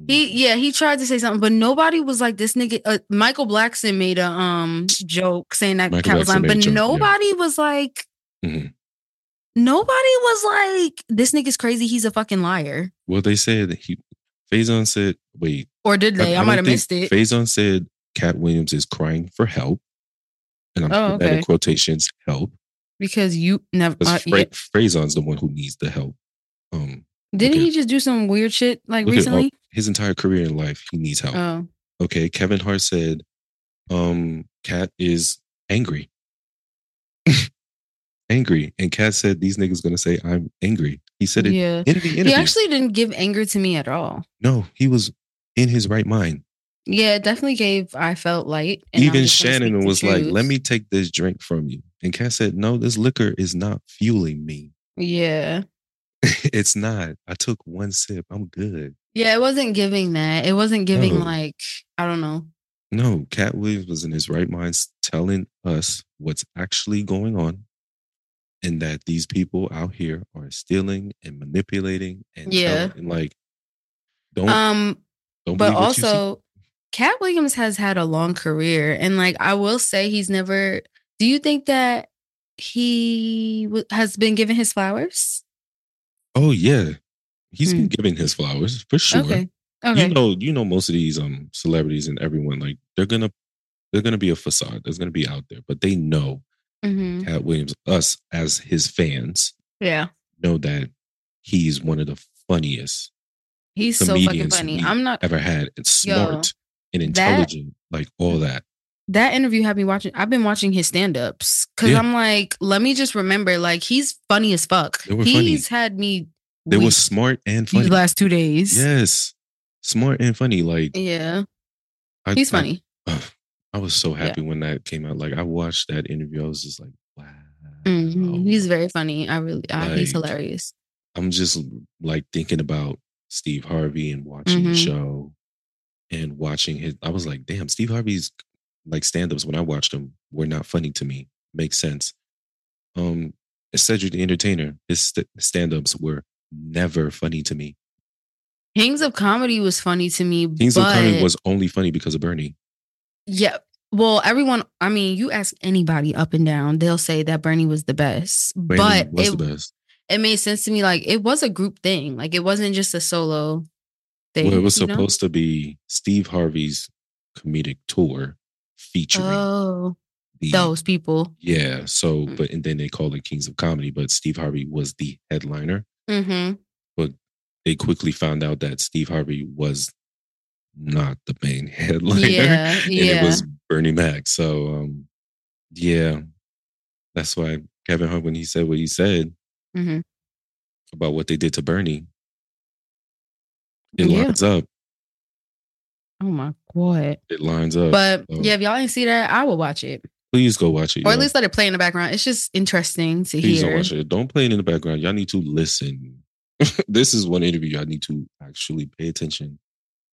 Speaker 3: He yeah, he tried to say something, but nobody was like this nigga. Uh, Michael Blackson made a um joke saying that
Speaker 2: Michael
Speaker 3: cat was
Speaker 2: Blackson
Speaker 3: lying,
Speaker 2: made a
Speaker 3: but
Speaker 2: joke, yeah.
Speaker 3: nobody was like,
Speaker 2: Mhm.
Speaker 3: nobody was like, this nigga's crazy. He's a fucking liar.
Speaker 2: Well, they said that he. Faison said, "Wait,
Speaker 3: Or did they? I,
Speaker 2: don't
Speaker 3: might have
Speaker 2: think-
Speaker 3: missed it.
Speaker 2: Faison said Cat Williams is crying for help. And I'm
Speaker 3: Oh,
Speaker 2: putting that in
Speaker 3: okay.
Speaker 2: quotations help.
Speaker 3: because you never.
Speaker 2: Because
Speaker 3: uh, yeah.
Speaker 2: Fra- Faison's the one who needs the help. Um
Speaker 3: Didn't
Speaker 2: okay.
Speaker 3: he just do some weird shit like
Speaker 2: look at all-
Speaker 3: recently?
Speaker 2: his entire career in life, he needs help.
Speaker 3: Oh,
Speaker 2: okay. Kevin Hart said, um, Cat is angry. angry. And Cat said, These niggas gonna say I'm angry. He said it
Speaker 3: yeah.
Speaker 2: in the interview.
Speaker 3: He actually didn't give anger to me at all.
Speaker 2: no, he was in his right mind.
Speaker 3: Yeah, it definitely gave. I felt light. and I'm
Speaker 2: Even
Speaker 3: just gonna
Speaker 2: Shannon
Speaker 3: speak the
Speaker 2: was like,
Speaker 3: truth.
Speaker 2: "Let me take this drink from you." And Cat said, "No, this liquor is not fueling me.
Speaker 3: Yeah.
Speaker 2: it's not. I took one sip. I'm good."
Speaker 3: Yeah, it wasn't giving that. It wasn't giving
Speaker 2: No.
Speaker 3: like I don't know.
Speaker 2: No, Cat Williams was in his right mind, s- telling us what's actually going on, and that these people out here are stealing and manipulating and
Speaker 3: Yeah.
Speaker 2: telling- and like, don't
Speaker 3: Um,
Speaker 2: don't
Speaker 3: but
Speaker 2: believe what Oh, you see.
Speaker 3: also, Cat Williams has had a long career, and like I will say, he's never. Do you think that he w- has been given his flowers?
Speaker 2: Oh yeah, he's been
Speaker 3: Hmm.
Speaker 2: giving his flowers for sure.
Speaker 3: Okay. Okay.
Speaker 2: You know, you know, most of these um celebrities and everyone like they're gonna they're gonna be a facade. There's gonna be out there, but they know
Speaker 3: hmm
Speaker 2: Cat Williams, us as his fans,
Speaker 3: Yeah.
Speaker 2: know that he's one of the funniest
Speaker 3: He's so fucking
Speaker 2: Comedians
Speaker 3: funny.
Speaker 2: need-
Speaker 3: I'm not
Speaker 2: ever had. It's
Speaker 3: Yo,
Speaker 2: smart and
Speaker 3: that-
Speaker 2: intelligent, like all that.
Speaker 3: that interview had me watching. I've been watching his stand-ups because
Speaker 2: Yeah.
Speaker 3: I'm like, let me just remember, like he's funny as fuck.
Speaker 2: They were
Speaker 3: he's
Speaker 2: funny.
Speaker 3: had me
Speaker 2: They were
Speaker 3: weak
Speaker 2: smart and
Speaker 3: these
Speaker 2: funny.
Speaker 3: last two days.
Speaker 2: Yes, smart and funny. Like
Speaker 3: Yeah.
Speaker 2: I,
Speaker 3: He's
Speaker 2: I-
Speaker 3: funny.
Speaker 2: I was so happy when that came out. Like I watched that interview. I was just like, wow. Oh,
Speaker 3: Mhm. He's very funny. I really I, he's
Speaker 2: Like,
Speaker 3: hilarious.
Speaker 2: I'm just like thinking about Steve Harvey and watching the
Speaker 3: Mhm.
Speaker 2: show and watching his. I was like, damn, Steve Harvey's like stand-ups when I watched them were not funny to me. Makes sense. Um, Cedric the Entertainer, his st- stand-ups were never funny to me.
Speaker 3: Kings of Comedy was funny to me.
Speaker 2: Kings
Speaker 3: but
Speaker 2: of Comedy was only funny because of Bernie.
Speaker 3: Yeah. Well, everyone, I mean, you ask anybody up and down, they'll say that Bernie was the best.
Speaker 2: Bernie
Speaker 3: but
Speaker 2: was
Speaker 3: it,
Speaker 2: the best.
Speaker 3: it made sense to me. Like it was a group thing. Like it wasn't just a solo thing.
Speaker 2: well, it was
Speaker 3: you know?
Speaker 2: supposed to be Steve Harvey's comedic tour featuring
Speaker 3: Oh,
Speaker 2: the
Speaker 3: those people.
Speaker 2: Yeah. So,
Speaker 3: Mm.
Speaker 2: but and then they called it Kings of Comedy, but Steve Harvey was the headliner.
Speaker 3: Mm-hmm.
Speaker 2: They quickly found out that Steve Harvey was not the main headliner.
Speaker 3: Yeah,
Speaker 2: and
Speaker 3: yeah.
Speaker 2: it was Bernie Mac. So, um, yeah, that's why Kevin Hart, when he said what he said
Speaker 3: Mm-hmm.
Speaker 2: about what they did to Bernie, it
Speaker 3: Yeah.
Speaker 2: lines up.
Speaker 3: Oh my god.
Speaker 2: It lines up.
Speaker 3: But
Speaker 2: oh.
Speaker 3: yeah, if y'all didn't see that, I will watch it.
Speaker 2: Please go watch it.
Speaker 3: Or at
Speaker 2: y'all.
Speaker 3: least let it play in the background. It's just interesting to
Speaker 2: Please don't
Speaker 3: hear.
Speaker 2: watch it. Don't play it in the background. Y'all need to listen. this is one interview y'all need to actually pay attention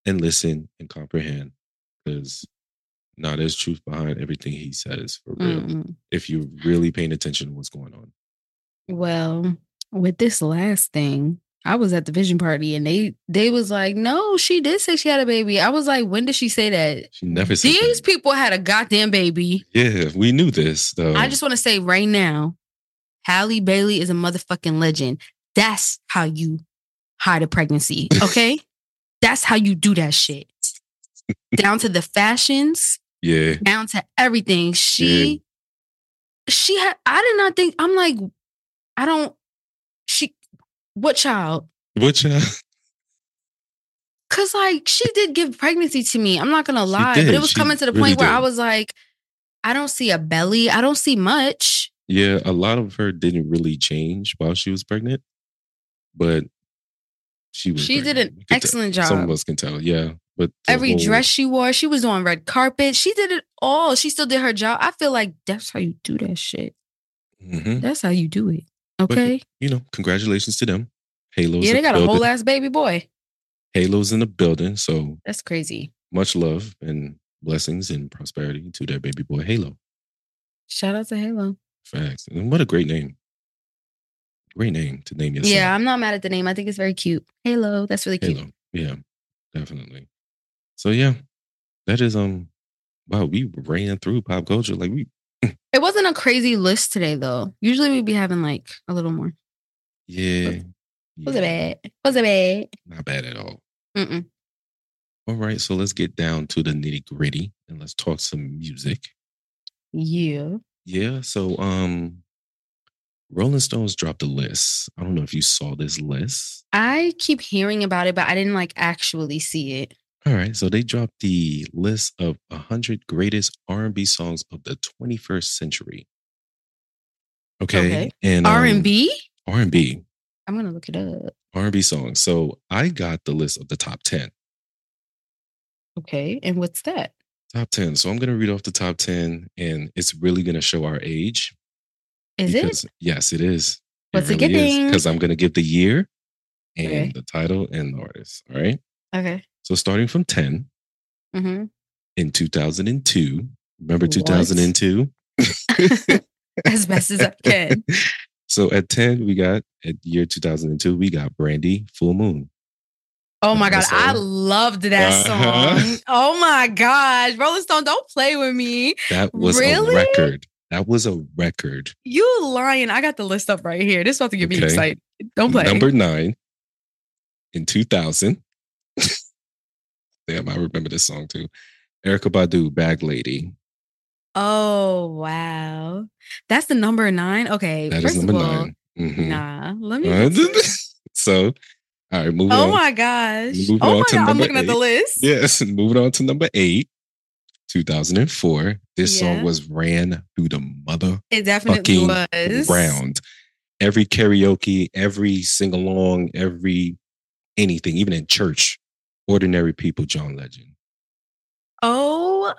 Speaker 2: and listen and comprehend because now there's truth behind everything he says for real.
Speaker 3: Mm-mm.
Speaker 2: If you're really paying attention to what's going on,
Speaker 3: Well, with this last thing, I was at the vision party and they they was like, "No, she did say she had a baby." I was like, "When did she say that?"
Speaker 2: she never said.
Speaker 3: These
Speaker 2: that.
Speaker 3: people had a goddamn baby.
Speaker 2: Yeah, we knew this though.
Speaker 3: I just want to say right now, Halle Bailey is a motherfucking legend. That's how you hide a pregnancy. Okay. That's how you do that shit. Down to the fashions,
Speaker 2: yeah,
Speaker 3: down to everything. She, she had, I did not think, I'm like, I don't, she, what child?
Speaker 2: what y'all? She
Speaker 3: Cause like she did give pregnancy to me. I'm not gonna lie, but
Speaker 2: did.
Speaker 3: it was
Speaker 2: She
Speaker 3: coming to the
Speaker 2: really
Speaker 3: point where
Speaker 2: did.
Speaker 3: I was like, I don't see a belly. I don't see much.
Speaker 2: Yeah, a lot of her didn't really change while she was pregnant, but she was.
Speaker 3: She did
Speaker 2: pregnant.
Speaker 3: an
Speaker 2: You could tell.
Speaker 3: excellent job.
Speaker 2: Some of us can tell. Yeah, but the
Speaker 3: every
Speaker 2: whole-
Speaker 3: dress she wore. She was on red carpet. She did it all. She still did her job. I feel like that's how you do that shit.
Speaker 2: Mhm.
Speaker 3: That's how you do it. Okay.
Speaker 2: you know, congratulations to them. Halo's
Speaker 3: yeah,
Speaker 2: in
Speaker 3: they got
Speaker 2: the
Speaker 3: a whole e-,
Speaker 2: building.
Speaker 3: ass baby boy.
Speaker 2: Halo's in the building, so
Speaker 3: That's crazy.
Speaker 2: much love and blessings and prosperity to their baby boy Halo.
Speaker 3: Shout out to Halo.
Speaker 2: Facts. And what a great name. Great name to name your son.
Speaker 3: yeah, I'm not mad at the name. I think it's very cute. Halo. That's really cute.
Speaker 2: Halo. Yeah, definitely. So yeah, that is um wow, we ran through pop culture. Like we
Speaker 3: It wasn't a crazy list today though. Usually we'd be having like a little more.
Speaker 2: yeah.
Speaker 3: Was it
Speaker 2: yeah,
Speaker 3: bad? Was it bad?
Speaker 2: Not bad at all.
Speaker 3: Mm-mm.
Speaker 2: All right, so let's get down to the nitty gritty and let's talk some music.
Speaker 3: Yeah.
Speaker 2: Yeah. So, um, Rolling Stones dropped a list. I don't know if you saw this list.
Speaker 3: I keep hearing about it, but I didn't like actually see it.
Speaker 2: All right. So they dropped the list of 100 greatest R&B songs of the 21st century. Okay.
Speaker 3: Okay.
Speaker 2: And um,
Speaker 3: R&B?
Speaker 2: R&B.
Speaker 3: I'm going to look it up.
Speaker 2: R&B songs. So I got the list of the top 10.
Speaker 3: Okay. And what's that?
Speaker 2: Top 10. So I'm going to read off the top 10 and it's really going to show our age.
Speaker 3: Is it?
Speaker 2: because, Yes, it is.
Speaker 3: What's it giving?
Speaker 2: Because I'm going to give the year and
Speaker 3: Okay.
Speaker 2: the title and the artist. All right.
Speaker 3: Okay.
Speaker 2: So starting from 10
Speaker 3: Mm-hmm.
Speaker 2: in 2002. Remember
Speaker 3: What?
Speaker 2: 2002?
Speaker 3: as best as I can.
Speaker 2: So at 10, we got, at year 2002, we got Brandy Full Moon.
Speaker 3: Oh my god, I
Speaker 2: Awesome.
Speaker 3: loved that
Speaker 2: Uh-huh.
Speaker 3: song. Oh my gosh, Rolling Stone, don't play with me.
Speaker 2: That was
Speaker 3: Really?
Speaker 2: a record. That was a record.
Speaker 3: You lying? I got the list up right here. This is about to get me
Speaker 2: Okay.
Speaker 3: excited. Don't play.
Speaker 2: Number nine in 2000. Damn, I remember this song too. Erica Badu, Bag Lady.
Speaker 3: Oh wow, that's the number nine. Okay,
Speaker 2: That is
Speaker 3: first
Speaker 2: number
Speaker 3: of all,
Speaker 2: 9 Mhm.
Speaker 3: nah. Let me.
Speaker 2: Uh, so, all right, move
Speaker 3: oh
Speaker 2: on.
Speaker 3: my gosh.
Speaker 2: Move
Speaker 3: oh
Speaker 2: on
Speaker 3: my
Speaker 2: to
Speaker 3: god, I'm
Speaker 2: number
Speaker 3: looking at the
Speaker 2: eight.
Speaker 3: list.
Speaker 2: Yes, and moving on to number eight, 2004. This
Speaker 3: Yeah.
Speaker 2: song was ran through the mother
Speaker 3: It definitely
Speaker 2: Fucking
Speaker 3: was.
Speaker 2: round. Every karaoke, every sing along, every anything, even in church, ordinary people, John Legend.
Speaker 3: Oh,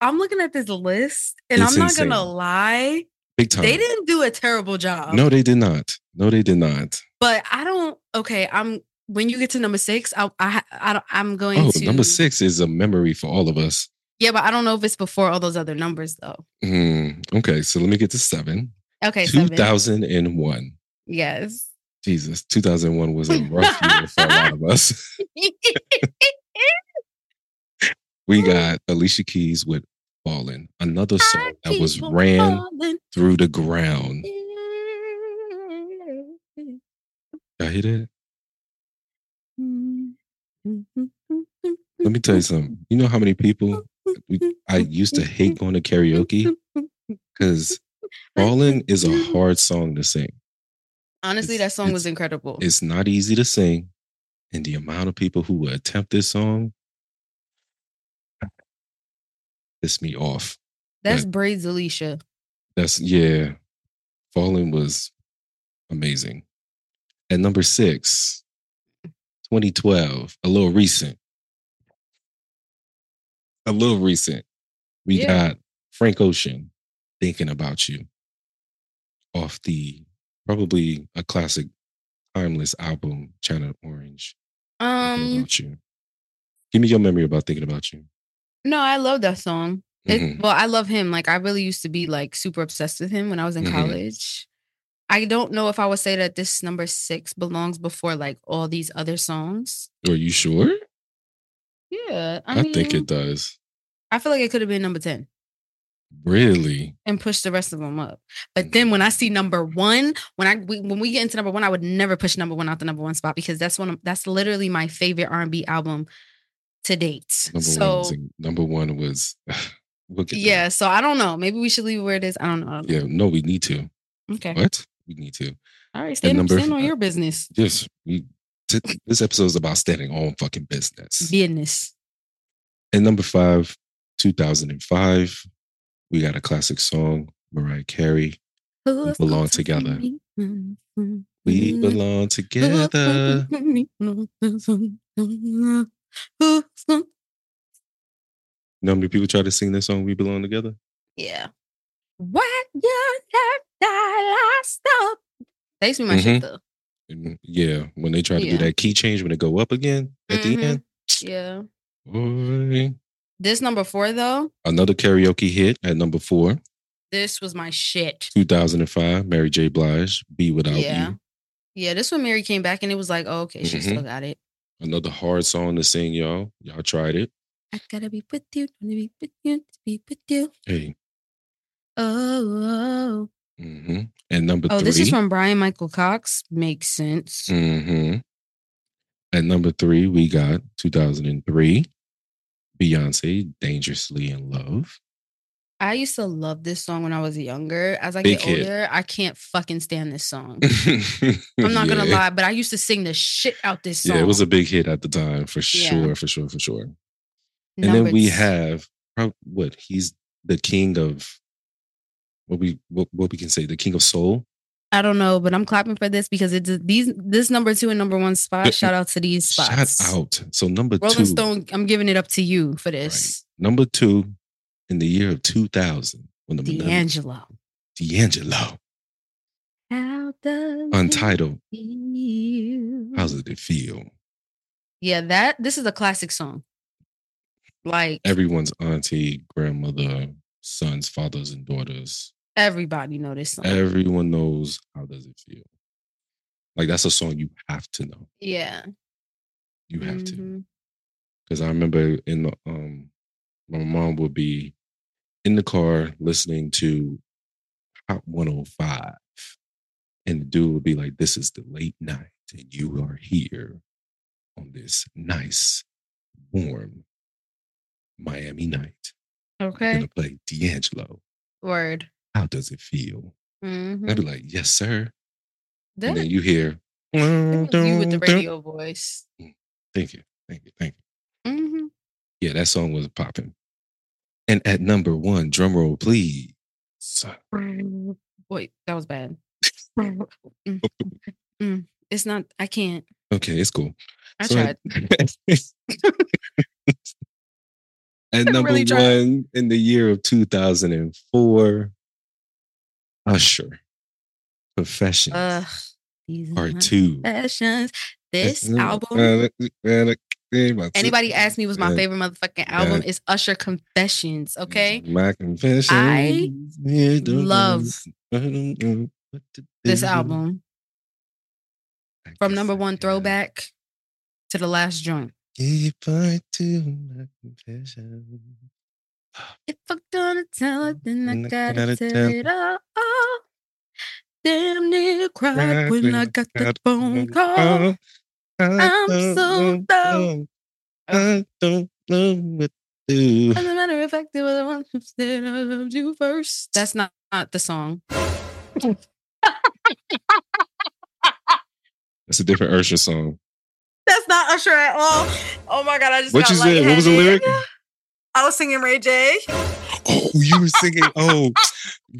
Speaker 3: I'm looking at this list, and
Speaker 2: It's
Speaker 3: I'm not gonna
Speaker 2: insane.
Speaker 3: lie.
Speaker 2: Big time.
Speaker 3: They didn't do a terrible job.
Speaker 2: No, they did not. No, they did not.
Speaker 3: but I don't. Okay, I'm. When you get to number six, I I, ha- I don't, I'm going
Speaker 2: Oh,
Speaker 3: to
Speaker 2: number six is a memory for all of us.
Speaker 3: Yeah, but I don't know if it's before all those other numbers though.
Speaker 2: Hmm, okay, so let me get to seven.
Speaker 3: Okay, seven.
Speaker 2: 2001.
Speaker 3: Yes.
Speaker 2: Jesus, 2001 was a rough year for a lot of us. We got Alicia Keys with Fallen, another song that was ran through the ground. Y'all hear that? Let me tell you something. You know how many people I used to hate going to karaoke? Because Fallen is a hard song to sing.
Speaker 3: Honestly, that
Speaker 2: It's-
Speaker 3: song was
Speaker 2: it's-
Speaker 3: incredible.
Speaker 2: It's not easy to sing. And the amount of people who would attempt this song pissed me off.
Speaker 3: That's braids, Alicia.
Speaker 2: That's yeah. Fallen was amazing. At number six, 2012, a little recent. A little recent. We
Speaker 3: Yeah.
Speaker 2: got Frank Ocean thinking about you off the probably a classic timeless album, China Orange. Thinking
Speaker 3: Um,
Speaker 2: about you. Give me your memory about thinking about you.
Speaker 3: no, I love that song. It,
Speaker 2: Mhm.
Speaker 3: Well, I love him. Like I really used to be like super obsessed with him when I was in
Speaker 2: Mhm.
Speaker 3: college. I don't know if I would say that this number six belongs before like all these other songs.
Speaker 2: Mm-hmm. Are you sure?
Speaker 3: Yeah, I,
Speaker 2: I,
Speaker 3: mean,
Speaker 2: think it does.
Speaker 3: I feel like it could have been number ten
Speaker 2: Really?
Speaker 3: and push the rest of them up.
Speaker 2: Mhm.
Speaker 3: But then when I see number one, when I we, when we get into number one, I would never push number one out the number one spot because that's one of, that's literally my favorite R and B album to date.
Speaker 2: Number one
Speaker 3: so
Speaker 2: was in- number one was we'll get there.
Speaker 3: yeah, so I don't know. Maybe we should leave it where it is. I don't know. I don't know.
Speaker 2: Yeah, no, we need to.
Speaker 3: Okay.
Speaker 2: What? We need to.
Speaker 3: All right. Stand,
Speaker 2: number-
Speaker 3: stand on your business.
Speaker 2: Yes, we t- this episode is about standing on fucking business.
Speaker 3: Business.
Speaker 2: And number five, 2005, we got a classic song, Mariah Carey.
Speaker 3: We
Speaker 2: belong together.
Speaker 3: Mm-hmm.
Speaker 2: We belong together. You know how many people try to sing this song, We Belong Together?
Speaker 3: Yeah. What you have that last up. That used to be my
Speaker 2: Mm-hmm.
Speaker 3: shit though.
Speaker 2: And yeah, when they try to
Speaker 3: Yeah.
Speaker 2: do that key change, when it go up again at
Speaker 3: Mhm.
Speaker 2: the end.
Speaker 3: Yeah.
Speaker 2: Boy.
Speaker 3: This number four though,
Speaker 2: Another karaoke hit at number four,
Speaker 3: this was my shit.
Speaker 2: 2005, Mary J. Blige, Be Without
Speaker 3: Yeah.
Speaker 2: You.
Speaker 3: Yeah, this when Mary came back and it was like, oh, okay, she still
Speaker 2: Mm-hmm.
Speaker 3: got it.
Speaker 2: Another hard song to sing, y'all. Y'all tried it.
Speaker 3: I gotta be with you, wanna be with you, to be with you.
Speaker 2: Hey.
Speaker 3: Oh, oh.
Speaker 2: hmm And number
Speaker 3: oh
Speaker 2: three.
Speaker 3: this is from Brian Michael Cox. Makes sense.
Speaker 2: hmm At number three, we got 2003, Beyonce, Dangerously in Love.
Speaker 3: I used to love this song when I was younger. As I
Speaker 2: Big
Speaker 3: get
Speaker 2: hit.
Speaker 3: older, I can't fucking stand this song.
Speaker 2: I'm
Speaker 3: I'm not gonna lie, but I used to sing the shit out this song.
Speaker 2: Yeah, it was a big hit at the time, for
Speaker 3: Yeah.
Speaker 2: sure, for sure, for sure. And
Speaker 3: Number
Speaker 2: then we
Speaker 3: t-
Speaker 2: have prob- what he's the king of what we what, what we can say the king of soul.
Speaker 3: I don't know, but I'm clapping for this because it's these this number two and number one spot.
Speaker 2: But-
Speaker 3: Shout out to these spots.
Speaker 2: Shout out! So number
Speaker 3: Rolling
Speaker 2: two,
Speaker 3: Stone, I'm giving it up to you for this.
Speaker 2: number two in the year of 2000 when the millennium-
Speaker 3: D'Angelo.
Speaker 2: D'Angelo
Speaker 3: How does it
Speaker 2: Untitled.
Speaker 3: Mm-hmm. feel?
Speaker 2: How does it feel?
Speaker 3: Yeah, that this is a classic song. Like
Speaker 2: everyone's auntie, grandmother, sons, fathers, and daughters.
Speaker 3: everybody know this song.
Speaker 2: Everyone knows how does it feel. Like that's a song you have to know.
Speaker 3: yeah.
Speaker 2: You have to.
Speaker 3: Mhm.
Speaker 2: Because I remember in the um my mom would be in the car listening to Hot 105. And the dude would be like, This is the late night, and you are here on this nice, warm Miami night. You're
Speaker 3: Okay.
Speaker 2: gonna play D'Angelo.
Speaker 3: Word.
Speaker 2: How does it feel?
Speaker 3: Mhm.
Speaker 2: I'd be like, yes, sir.
Speaker 3: That,
Speaker 2: And then you hear,
Speaker 3: that was you with the radio voice.
Speaker 2: Thank you, thank you, thank you.
Speaker 3: hmm
Speaker 2: Yeah, that song was popping. And at number one, drum roll, please.
Speaker 3: Wait, that was bad. Mm, mm, It's not. I can't.
Speaker 2: Okay, it's cool.
Speaker 3: I
Speaker 2: So
Speaker 3: tried.
Speaker 2: at- At number
Speaker 3: really tried.
Speaker 2: one in the year of 2004, Usher, Professions,
Speaker 3: Ugh. These are my
Speaker 2: Part Two.
Speaker 3: Passions. Uh-huh. This
Speaker 2: Mm,
Speaker 3: album.
Speaker 2: mm, mm, mm,
Speaker 3: Anybody asked me was my
Speaker 2: mm,
Speaker 3: favorite motherfucking album is Usher Confessions. Okay.
Speaker 2: My confession.
Speaker 3: I Love
Speaker 2: Mm-hmm.
Speaker 3: this album from number one throwback to the last joint.
Speaker 2: If I do my confession.
Speaker 3: If I'm gonna tell it, then I
Speaker 2: Mm, I
Speaker 3: gotta
Speaker 2: gotta
Speaker 3: tell
Speaker 2: tell-
Speaker 3: it all. Damn near cried when I got that phone call. I'm so dumb.
Speaker 2: I don't know what to do.
Speaker 3: As a matter of fact, there was the one who said I loved you first. That's not, not the song.
Speaker 2: That's a different Usher song.
Speaker 3: That's not Usher at all. Oh my god, I just
Speaker 2: What
Speaker 3: got
Speaker 2: you said? What was the
Speaker 3: lightheaded.
Speaker 2: lyric?
Speaker 3: I was singing Ray J.
Speaker 2: Oh, you were singing. Oh,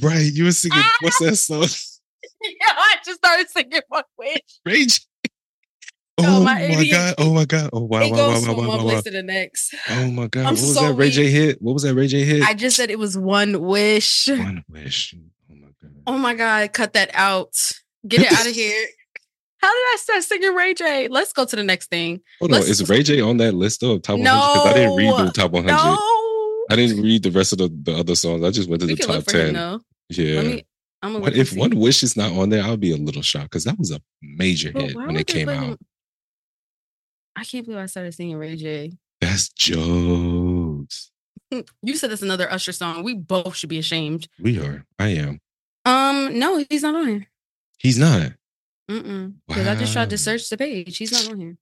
Speaker 2: right. You were singing.
Speaker 3: Ah!
Speaker 2: What's that song?
Speaker 3: yeah, I just started singing my wish.
Speaker 2: Rage.
Speaker 3: Yo,
Speaker 2: Oh
Speaker 3: my
Speaker 2: my,
Speaker 3: ADHD.
Speaker 2: god. Oh my god. Oh wow. Wow.
Speaker 3: It
Speaker 2: Wow.
Speaker 3: goes
Speaker 2: Wow. Wow.
Speaker 3: from one
Speaker 2: Wow. wow.
Speaker 3: place to the next.
Speaker 2: Oh my god.
Speaker 3: I'm
Speaker 2: what was
Speaker 3: so
Speaker 2: that Ray J
Speaker 3: weak.
Speaker 2: hit? What was that Ray J hit?
Speaker 3: I just said it was one wish.
Speaker 2: One wish. Oh my god.
Speaker 3: Oh my God, cut that out. Get it out of here. How did I start singing Ray J? Let's go to the next thing.
Speaker 2: Hold on.
Speaker 3: let's-
Speaker 2: Is Ray J on that list though? of Top 100? Because I didn't read
Speaker 3: No.
Speaker 2: the top 100.
Speaker 3: No.
Speaker 2: I didn't read the rest of the, the other songs. I just went to
Speaker 3: We
Speaker 2: the
Speaker 3: can
Speaker 2: top
Speaker 3: look for
Speaker 2: 10.
Speaker 3: him though.
Speaker 2: yeah.
Speaker 3: Let me I'm gonna
Speaker 2: What
Speaker 3: look and
Speaker 2: if
Speaker 3: see.
Speaker 2: One Wish is not on there, I'll be a little shocked because that was a major
Speaker 3: But
Speaker 2: hit
Speaker 3: why
Speaker 2: when
Speaker 3: would
Speaker 2: it
Speaker 3: they
Speaker 2: came
Speaker 3: put
Speaker 2: out.
Speaker 3: him- I can't believe I started singing Ray J. Hmm,
Speaker 2: That's jokes.
Speaker 3: You said it's another Usher song. We both should be ashamed.
Speaker 2: We are. I am.
Speaker 3: Um, no, he's not on here.
Speaker 2: He's not.
Speaker 3: Mm-mm. Because I just tried to
Speaker 2: Wow.
Speaker 3: search the page. He's not on here.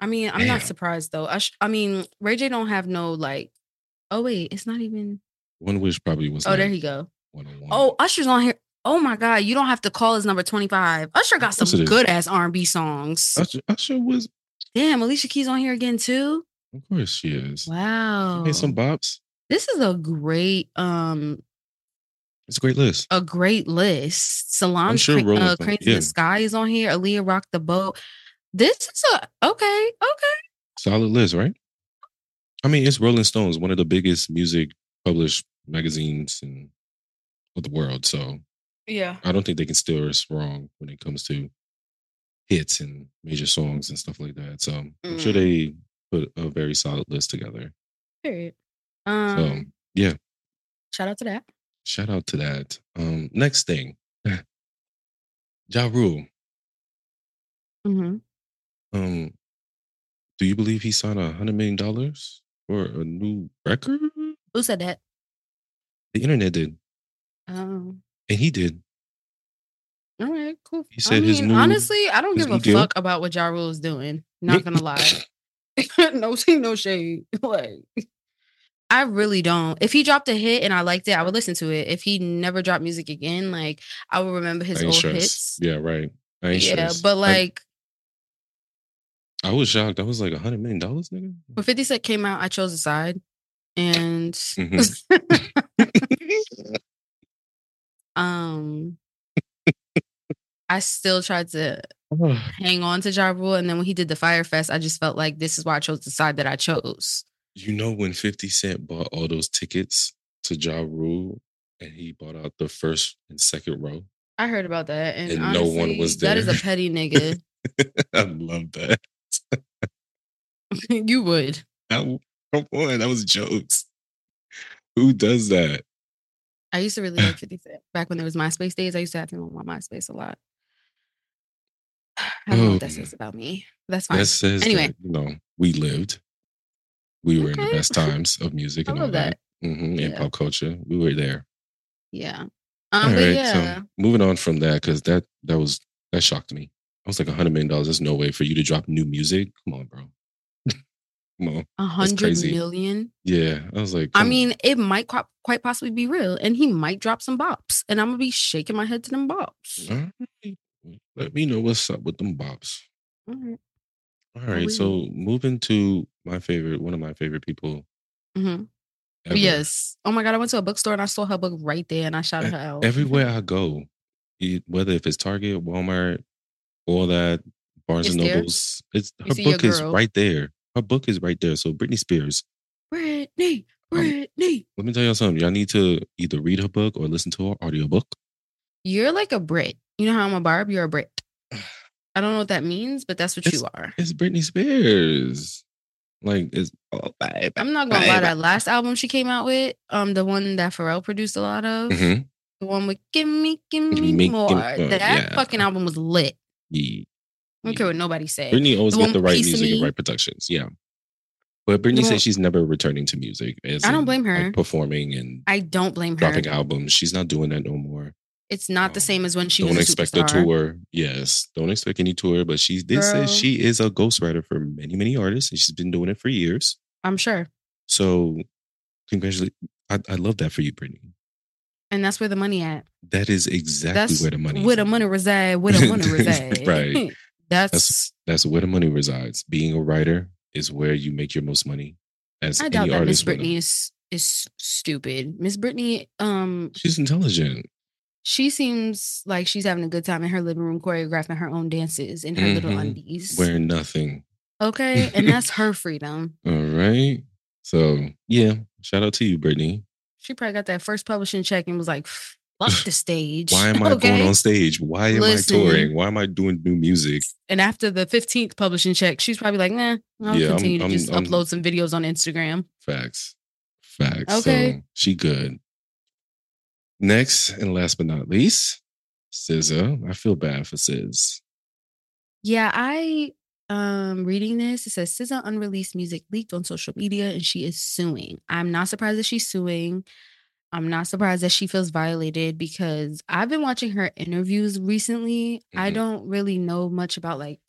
Speaker 3: I mean, I'm not
Speaker 2: Damn.
Speaker 3: surprised though. Ush- I mean, Ray J don't have no like. Oh wait, it's not even.
Speaker 2: One Wish probably was.
Speaker 3: Oh, there he go.
Speaker 2: One on one.
Speaker 3: Oh, Usher's on here. Oh my God, you don't have to call his number 25. Usher got
Speaker 2: Of course
Speaker 3: some
Speaker 2: it is.
Speaker 3: good ass R&B songs.
Speaker 2: Usher, Usher was.
Speaker 3: Damn, Alicia Keys on here again too.
Speaker 2: Of course she is. She
Speaker 3: Wow.
Speaker 2: made some bops.
Speaker 3: this is a great um
Speaker 2: It's a great list.
Speaker 3: a great list. Salon
Speaker 2: sure
Speaker 3: Cra-
Speaker 2: Rolling
Speaker 3: uh,
Speaker 2: Stone-
Speaker 3: Cranes in
Speaker 2: yeah.
Speaker 3: the Sky is on here. Aaliyah Rock the Boat. This is a okay, okay.
Speaker 2: Solid list, right? I mean, it's Rolling Stones, one of the biggest music published magazines in of the world. So
Speaker 3: Yeah.
Speaker 2: I don't think they can steer us wrong when it comes to hits and major songs and stuff like that. So I'm sure
Speaker 3: Mm.
Speaker 2: they put a very solid list together.
Speaker 3: Period.
Speaker 2: So
Speaker 3: Um
Speaker 2: yeah,
Speaker 3: shout out to that.
Speaker 2: shout out to that. Um, next thing, Ja Rule.
Speaker 3: Mm-hmm.
Speaker 2: Um, do you believe he signed a hundred million dollars for a new record?
Speaker 3: Mm-hmm. Who said that?
Speaker 2: The internet did,
Speaker 3: Um
Speaker 2: and he did.
Speaker 3: all right, cool.
Speaker 2: He said
Speaker 3: I
Speaker 2: his
Speaker 3: mean,
Speaker 2: new-
Speaker 3: honestly, I don't
Speaker 2: his
Speaker 3: give
Speaker 2: new
Speaker 3: a
Speaker 2: deal.
Speaker 3: fuck about what Ja Rule is doing. Not gonna lie. no shade, no shade. Like, I really don't. If he dropped a hit and I liked it, I would listen to it. If he never dropped music again, like I will remember his
Speaker 2: I ain't
Speaker 3: old
Speaker 2: stressed.
Speaker 3: hits.
Speaker 2: Yeah, right. I ain't
Speaker 3: Yeah,
Speaker 2: stressed.
Speaker 3: but
Speaker 2: I-
Speaker 3: like
Speaker 2: I, was shocked. I was like, a hundred million dollars, nigga.
Speaker 3: when Fifty Cent came out, I chose a side, and
Speaker 2: Mm. Mm-hmm.
Speaker 3: um, I still tried to
Speaker 2: Mhm.
Speaker 3: hang on to Ja Rule, and then when he did the Fire Fest, I just felt like this is why I chose the side that I chose.
Speaker 2: you know when Fifty Cent bought all those tickets to Ja Rule, and he bought out the first and second row.
Speaker 3: I heard about that, and,
Speaker 2: And
Speaker 3: honestly, no one was there. That is a petty nigga.
Speaker 2: I love that.
Speaker 3: you would.
Speaker 2: That- Come on, that was jokes. Who does that?
Speaker 3: I used to really like 50 Cent. Back when there was MySpace days, I used to have him on my MySpace a lot. I don't know what that
Speaker 2: Mm.
Speaker 3: says about me. but Hmm. That's fine.
Speaker 2: That says
Speaker 3: Anyway.
Speaker 2: that, you know we lived. We were in the
Speaker 3: Okay.
Speaker 2: best times of music
Speaker 3: I
Speaker 2: and all
Speaker 3: love
Speaker 2: that,
Speaker 3: that.
Speaker 2: hmm and
Speaker 3: Yeah.
Speaker 2: pop culture. We were there.
Speaker 3: Yeah. Um, but yeah.
Speaker 2: So moving on from that, because that that was that shocked me. I was like, hundred million dollars. There's no way for you to drop new music. Come on, bro. Well,
Speaker 3: A hundred
Speaker 2: crazy.
Speaker 3: million.
Speaker 2: yeah. I was like,
Speaker 3: I
Speaker 2: come on.
Speaker 3: mean, it might quite, quite possibly be real, and he might drop some bops, and I'm gonna be shaking my head to them bops.
Speaker 2: All right. let me know what's up with them bops.
Speaker 3: All right.
Speaker 2: All right. So moving to my favorite, one of my favorite people.
Speaker 3: Mhm.
Speaker 2: Ever.
Speaker 3: Yes. Oh my god, I went to a bookstore and I saw her book right there, and I shouted her out.
Speaker 2: Everywhere I go, it- whether if it's Target, Walmart, all that, Barnes
Speaker 3: It's
Speaker 2: and
Speaker 3: there.
Speaker 2: Nobles, it's
Speaker 3: You
Speaker 2: her
Speaker 3: see your
Speaker 2: book is
Speaker 3: girl.
Speaker 2: right there. Her book is right there. So Britney Spears,
Speaker 3: Brittany,
Speaker 2: Um,
Speaker 3: Brittany,
Speaker 2: let me tell y'all something. Y'all need to either read her book or listen to her audiobook.
Speaker 3: you're like a Brit. You know how I'm a Barb. You're a Brit. I don't know what that means, but that's what you are.
Speaker 2: It's Britney Spears. Like it's all bye, bye.
Speaker 3: I'm not gonna lie.
Speaker 2: Right.
Speaker 3: That last album she came out with, um, the one that Pharrell produced a lot of,
Speaker 2: Mhm.
Speaker 3: the one with "Give Me, Give Me,
Speaker 2: Gimme, gimme
Speaker 3: More."
Speaker 2: more,
Speaker 3: that
Speaker 2: yeah.
Speaker 3: fucking album was lit.
Speaker 2: Yeah.
Speaker 3: I don't care what nobody said.
Speaker 2: Britney always
Speaker 3: The
Speaker 2: get
Speaker 3: one
Speaker 2: the right
Speaker 3: Piece of
Speaker 2: music and
Speaker 3: Me.
Speaker 2: right productions. Yeah. But Britney
Speaker 3: one-
Speaker 2: says she's never returning to music. as
Speaker 3: I don't
Speaker 2: in,
Speaker 3: blame
Speaker 2: like,
Speaker 3: her.
Speaker 2: performing and
Speaker 3: I don't blame her.
Speaker 2: dropping albums. She's not doing that no more.
Speaker 3: It's not the
Speaker 2: Um,
Speaker 3: same as when she
Speaker 2: don't
Speaker 3: was a
Speaker 2: expect
Speaker 3: superstar.
Speaker 2: a tour. Yes. Don't expect any tour. But she did say
Speaker 3: Girl.
Speaker 2: she is a ghostwriter for many, many artists, and she's been doing it for years.
Speaker 3: I'm sure,
Speaker 2: So congratulations. I, I love that for you, Brittany.
Speaker 3: and that's where the money at.
Speaker 2: That is exactly
Speaker 3: That's
Speaker 2: where the money
Speaker 3: Where
Speaker 2: is.
Speaker 3: the money reside. Where the money reside.
Speaker 2: Right.
Speaker 3: That's,
Speaker 2: That's where the money resides. Being a writer is where you make your most money. As
Speaker 3: I
Speaker 2: any
Speaker 3: doubt that E
Speaker 2: artist
Speaker 3: Miss
Speaker 2: will know.
Speaker 3: Brittany is is stupid. Miss Brittany, um,
Speaker 2: She's intelligent.
Speaker 3: she seems like she's having a good time in her living room, choreographing her own dances in her little
Speaker 2: Mhm.
Speaker 3: undies.
Speaker 2: Wearing nothing.
Speaker 3: Okay, and that's her freedom.
Speaker 2: All right. So yeah, shout out to you, Brittany.
Speaker 3: She probably got that first publishing check and was like, "Fuck the stage."
Speaker 2: Why am I going on stage? Why am
Speaker 3: Listen.
Speaker 2: I touring? Why am I doing new music?
Speaker 3: And after the fifteenth publishing check, she's probably like, "Nah, I'll
Speaker 2: Yeah, I'm-
Speaker 3: continue
Speaker 2: I'm-
Speaker 3: to just
Speaker 2: I'm-
Speaker 3: upload some videos on Instagram."
Speaker 2: Facts. Facts. So
Speaker 3: Okay.
Speaker 2: she good. Next and last but not least, SZA. I feel bad for SZA.
Speaker 3: Yeah, I um reading this. It says SZA unreleased music leaked on social media, and she is suing. I'm not surprised that she's suing. I'm not surprised that she feels violated because I've been watching her interviews recently. I
Speaker 2: Mhm.
Speaker 3: don't really know much about like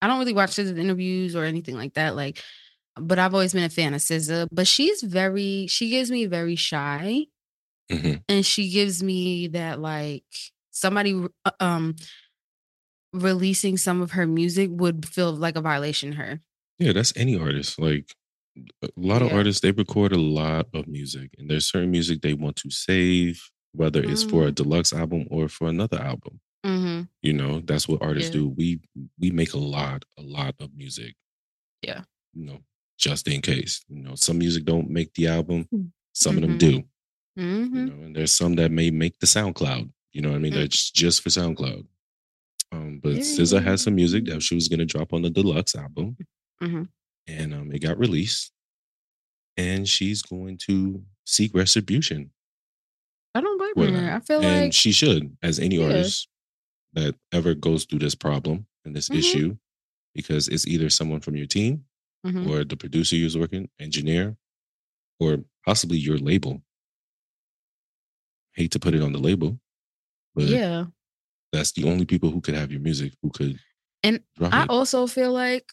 Speaker 3: I don't really watch SZA's interviews or anything like that. Like, but I've always been a fan of SZA. But she's very she gives me very shy
Speaker 2: Mhm.
Speaker 3: and she gives me that like somebody re- uh, um releasing some of her music would feel like a violation to her
Speaker 2: Yeah, that's any artist. Like a lot of
Speaker 3: Yeah.
Speaker 2: artists, they record a lot of music, and there's certain music they want to save, whether it's for a
Speaker 3: Mhm.
Speaker 2: deluxe album or for another album.
Speaker 3: mm-hmm.
Speaker 2: you know that's what artists
Speaker 3: Yeah.
Speaker 2: do we we make a lot a lot of music
Speaker 3: Yeah.
Speaker 2: you know just in case you know some music don't make the album
Speaker 3: Mm.
Speaker 2: some of them
Speaker 3: Mhm.
Speaker 2: do
Speaker 3: Mm-hmm.
Speaker 2: you know and there's some that may make the soundcloud you know what i mean
Speaker 3: Mm.
Speaker 2: that's just for soundcloud um but SZA has some music
Speaker 3: Mm-hmm.
Speaker 2: that she was going to drop on the deluxe album
Speaker 3: Mhm.
Speaker 2: and um it got released and she's going to seek retribution
Speaker 3: i don't blame
Speaker 2: Well,
Speaker 3: her i feel
Speaker 2: and
Speaker 3: like
Speaker 2: she should, as any
Speaker 3: Yeah.
Speaker 2: artist that ever goes through this problem and this
Speaker 3: Mhm.
Speaker 2: issue, because it's either someone from your team
Speaker 3: Mhm.
Speaker 2: or the producer you was working, engineer, or possibly your label. Hate to put it on the label, but
Speaker 3: yeah
Speaker 2: that's the only people who could have your music who could
Speaker 3: And
Speaker 2: drop
Speaker 3: I
Speaker 2: it.
Speaker 3: also feel like